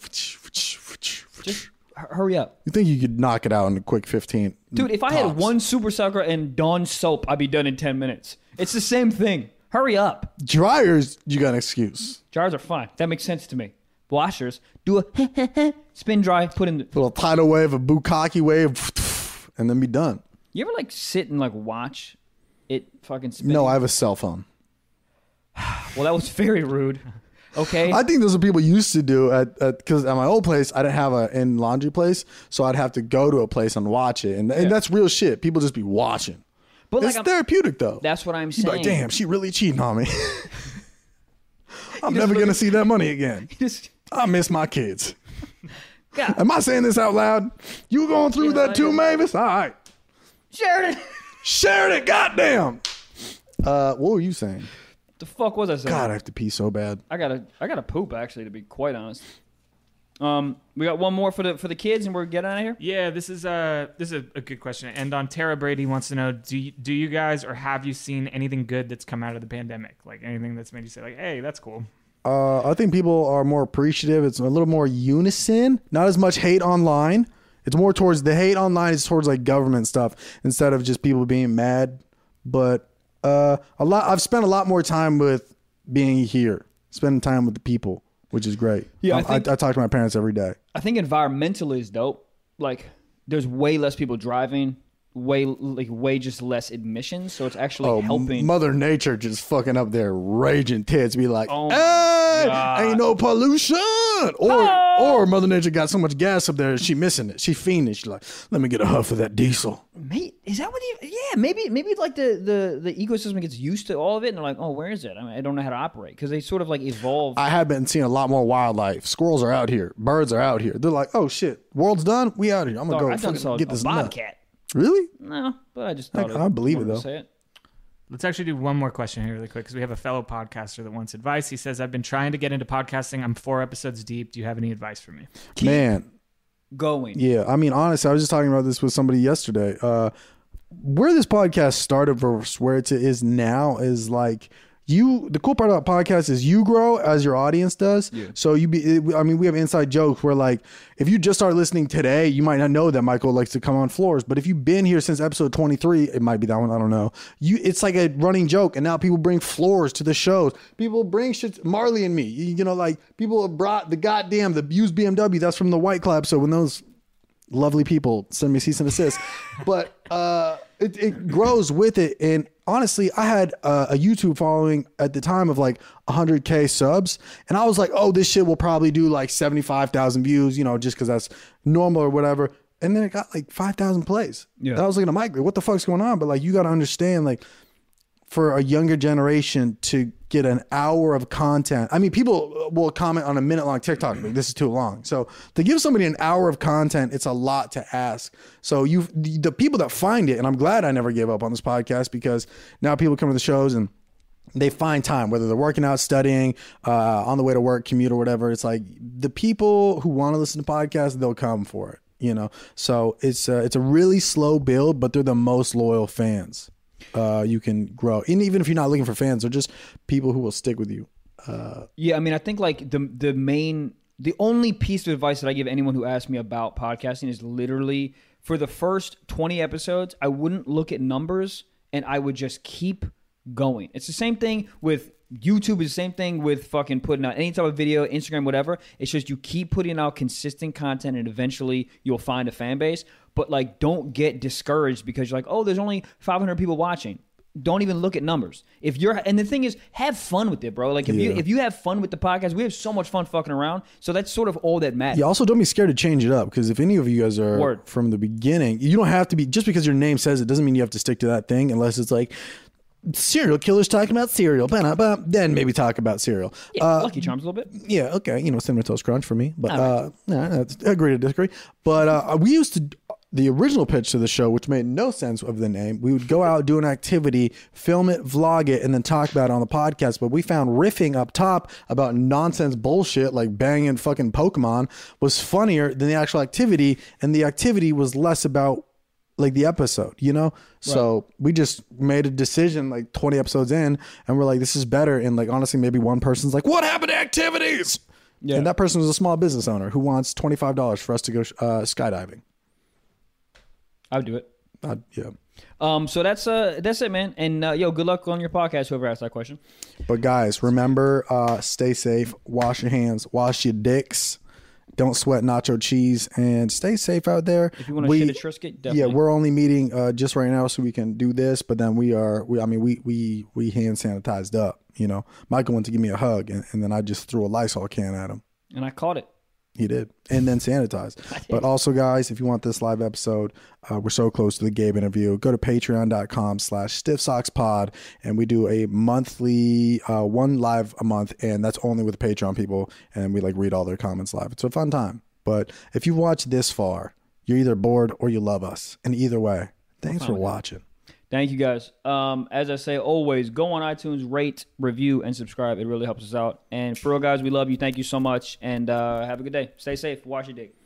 You Hu- Hurry up. think you could knock it out in a quick 15? Dude, if I had Tops. one super sucker and Dawn soap, I'd be done in 10 minutes. It's the same thing. Hurry up. dryers, you got an excuse. Jars are fine. That makes sense to me. Washers, do a spin dry, put in. The, little tidal wave, a bukkake wave, and then be done. you ever like sit and like watch it fucking spin? No, I have a cell phone. Well, that was very rude. Okay. I think those are people used to do at because at, my old place I didn't have a in laundry place, so I'd have to go to a place and watch it, and, and that's real shit. People just be watching. but It's like, I'm- therapeutic though. that's what I'm You'd be saying. like, damn, she really cheating on me. I'm never look gonna see that money again. Just, I miss my kids. God, Am I saying this out loud? You going through that I too, am. Mavis? All right, Sheridan. shared it. Goddamn. Uh, what were you saying? the fuck was I saying? God, I have to pee so bad. I gotta, I gotta poop actually. To be quite honest. Um, we got one more for the for the kids, and we're getting out of here. Yeah, this is a this is a, a good question. And on Tara Brady wants to know do you, do you guys or have you seen anything good that's come out of the pandemic? Like anything that's made you say like, hey, that's cool. Uh, I think people are more appreciative. It's a little more unison, not as much hate online. It's more towards the hate online is towards like government stuff instead of just people being mad. But uh, a lot, I've spent a lot more time with being here, spending time with the people, which is great. Yeah, I Um, I, I, think- talk to my parents every day. I think environmentally is dope. Like, there's way less people driving. way like way just less admissions, so it's actually Oh, helping. Mother Nature just fucking up there, raging tits, be like, Oh my "Hey, God. Oh. ain't no pollution." Or, or Mother Nature got so much gas up there, she missing it. She fiending. She like, let me get a huff of that diesel. Mate, is that what? You, yeah, maybe maybe like the, the the ecosystem gets used to all of it, and they're like, oh, where is it? I, mean, I don't know how to operate because they sort of like evolve. I have been seeing a lot more wildlife. Squirrels are out here. Birds are out here. They're like, "Oh shit, world's done. We out here. I'm gonna Dog, go I done fucking saw get a this nut." bobcat. Really? No, but I just thought I- it- I believe it, wanted to though. say it. Let's actually do one more question here, really quick, because we have a fellow podcaster that wants advice. He says, I've been trying to get into podcasting. I'm four episodes deep. Do you have any advice for me? Man, Going. Yeah, I mean, honestly, I was just talking about this with somebody yesterday. Uh, where this podcast started versus where it is now is like you. The cool part about podcasts is you grow as your audience does. So you be. it- I mean, we have inside jokes where like if you just start listening today, you might not know that Michael likes to come on floors. But if you've been here since episode twenty three, it might be that one. I don't know. You, it's like a running joke, and now people bring floors to the shows. People bring shit. Marley and me, you, you know, like people have brought the goddamn the used BMW. That's from the White Club. So when those lovely people send me cease and desist but uh it, it grows with it and honestly i had uh, a youtube following at the time of like 100k subs and i was like oh this shit will probably do like 75000 views you know just because that's normal or whatever and then it got like 5000 plays yeah i was looking at mike like, what the fuck's going on but like you got to understand like for a younger generation to get an hour of content. I mean, people will comment on a minute long TikTok, like, this is too long. So to give somebody an hour of content, it's a lot to ask. So you, the the people that find it, and I'm glad I never gave up on this podcast because now people come to the shows and they find time, whether they're working out, studying, uh, on the way to work, commute, or whatever. It's like the people who want to listen to podcasts, they'll come for it. You know, so it's uh, it's a really slow build, but they're the most loyal fans. Uh, you can grow, and even if you're not looking for fans, they're just people who will stick with you. Yeah, I mean, I think like the the main, the only piece of advice that I give anyone who asks me about podcasting is literally for the first twenty episodes, I wouldn't look at numbers, and I would just keep going. It's the same thing with YouTube. Is the same thing with fucking putting out any type of video, Instagram, whatever. It's just you keep putting out consistent content, and eventually you'll find a fan base. But like, don't get discouraged because you're like, oh, there's only 500 people watching don't even look at numbers. If you're and the thing is, have fun with it, bro. Like if you Yeah. if you have fun with the podcast, we have so much fun fucking around. So that's sort of all that matters. Yeah, also don't be scared to change it up because if any of you guys are Word. from the beginning, you don't have to be just because your name says it doesn't mean you have to stick to that thing unless it's like serial killers talking about cereal. Ba-da-ba, Then maybe talk about cereal. Uh, Yeah, Lucky Charms a little bit. yeah, okay, you know, cinnamon toast crunch for me, but uh, nah, nah, it's- I agree to disagree. But uh, we used to the original pitch to the show, which made no sense of the name. We would go out do an activity, film it, vlog it, and then talk about it on the podcast. But we found riffing up top about nonsense bullshit like banging fucking Pokemon was funnier than the actual activity, and the activity was less about like the episode, you know? So we just made a decision like 20 episodes in and we're like, this is better. And like, honestly, maybe one person's like, what happened to activities? Yeah. And that person was a small business owner who wants $25 for us to go sh- uh, skydiving. I would do it. Uh, yeah. Um, so that's uh that's it, man. And uh, yo, good luck on your podcast. Whoever asked that question. But guys, remember, uh, stay safe, wash your hands, wash your dicks. Don't sweat nacho cheese and stay safe out there. If you wanna shit a Triscuit, yeah, definitely. we're only meeting uh, just right now, so we can do this. But then we are, we I mean, we we we hand sanitized up. You know, Michael went to give me a hug, and, and then I just threw a Lysol can at him. And I caught it. He did, and then sanitized. But also, guys, if you want this live episode, uh, we're so close to the Gabe interview. Go to Patreon.com/slash StiffSocksPod, and we do a monthly, uh, one live a month, and that's only with Patreon people, and we like read all their comments live. It's a fun time. But if you watch this far, you're either bored or you love us, and either way, thanks for watching. Thank you guys. Um, as I say always, go on iTunes, rate, review, and subscribe. It really helps us out. And for real guys, we love you. Thank you so much. And uh, have a good day. Stay safe. Wash your dick.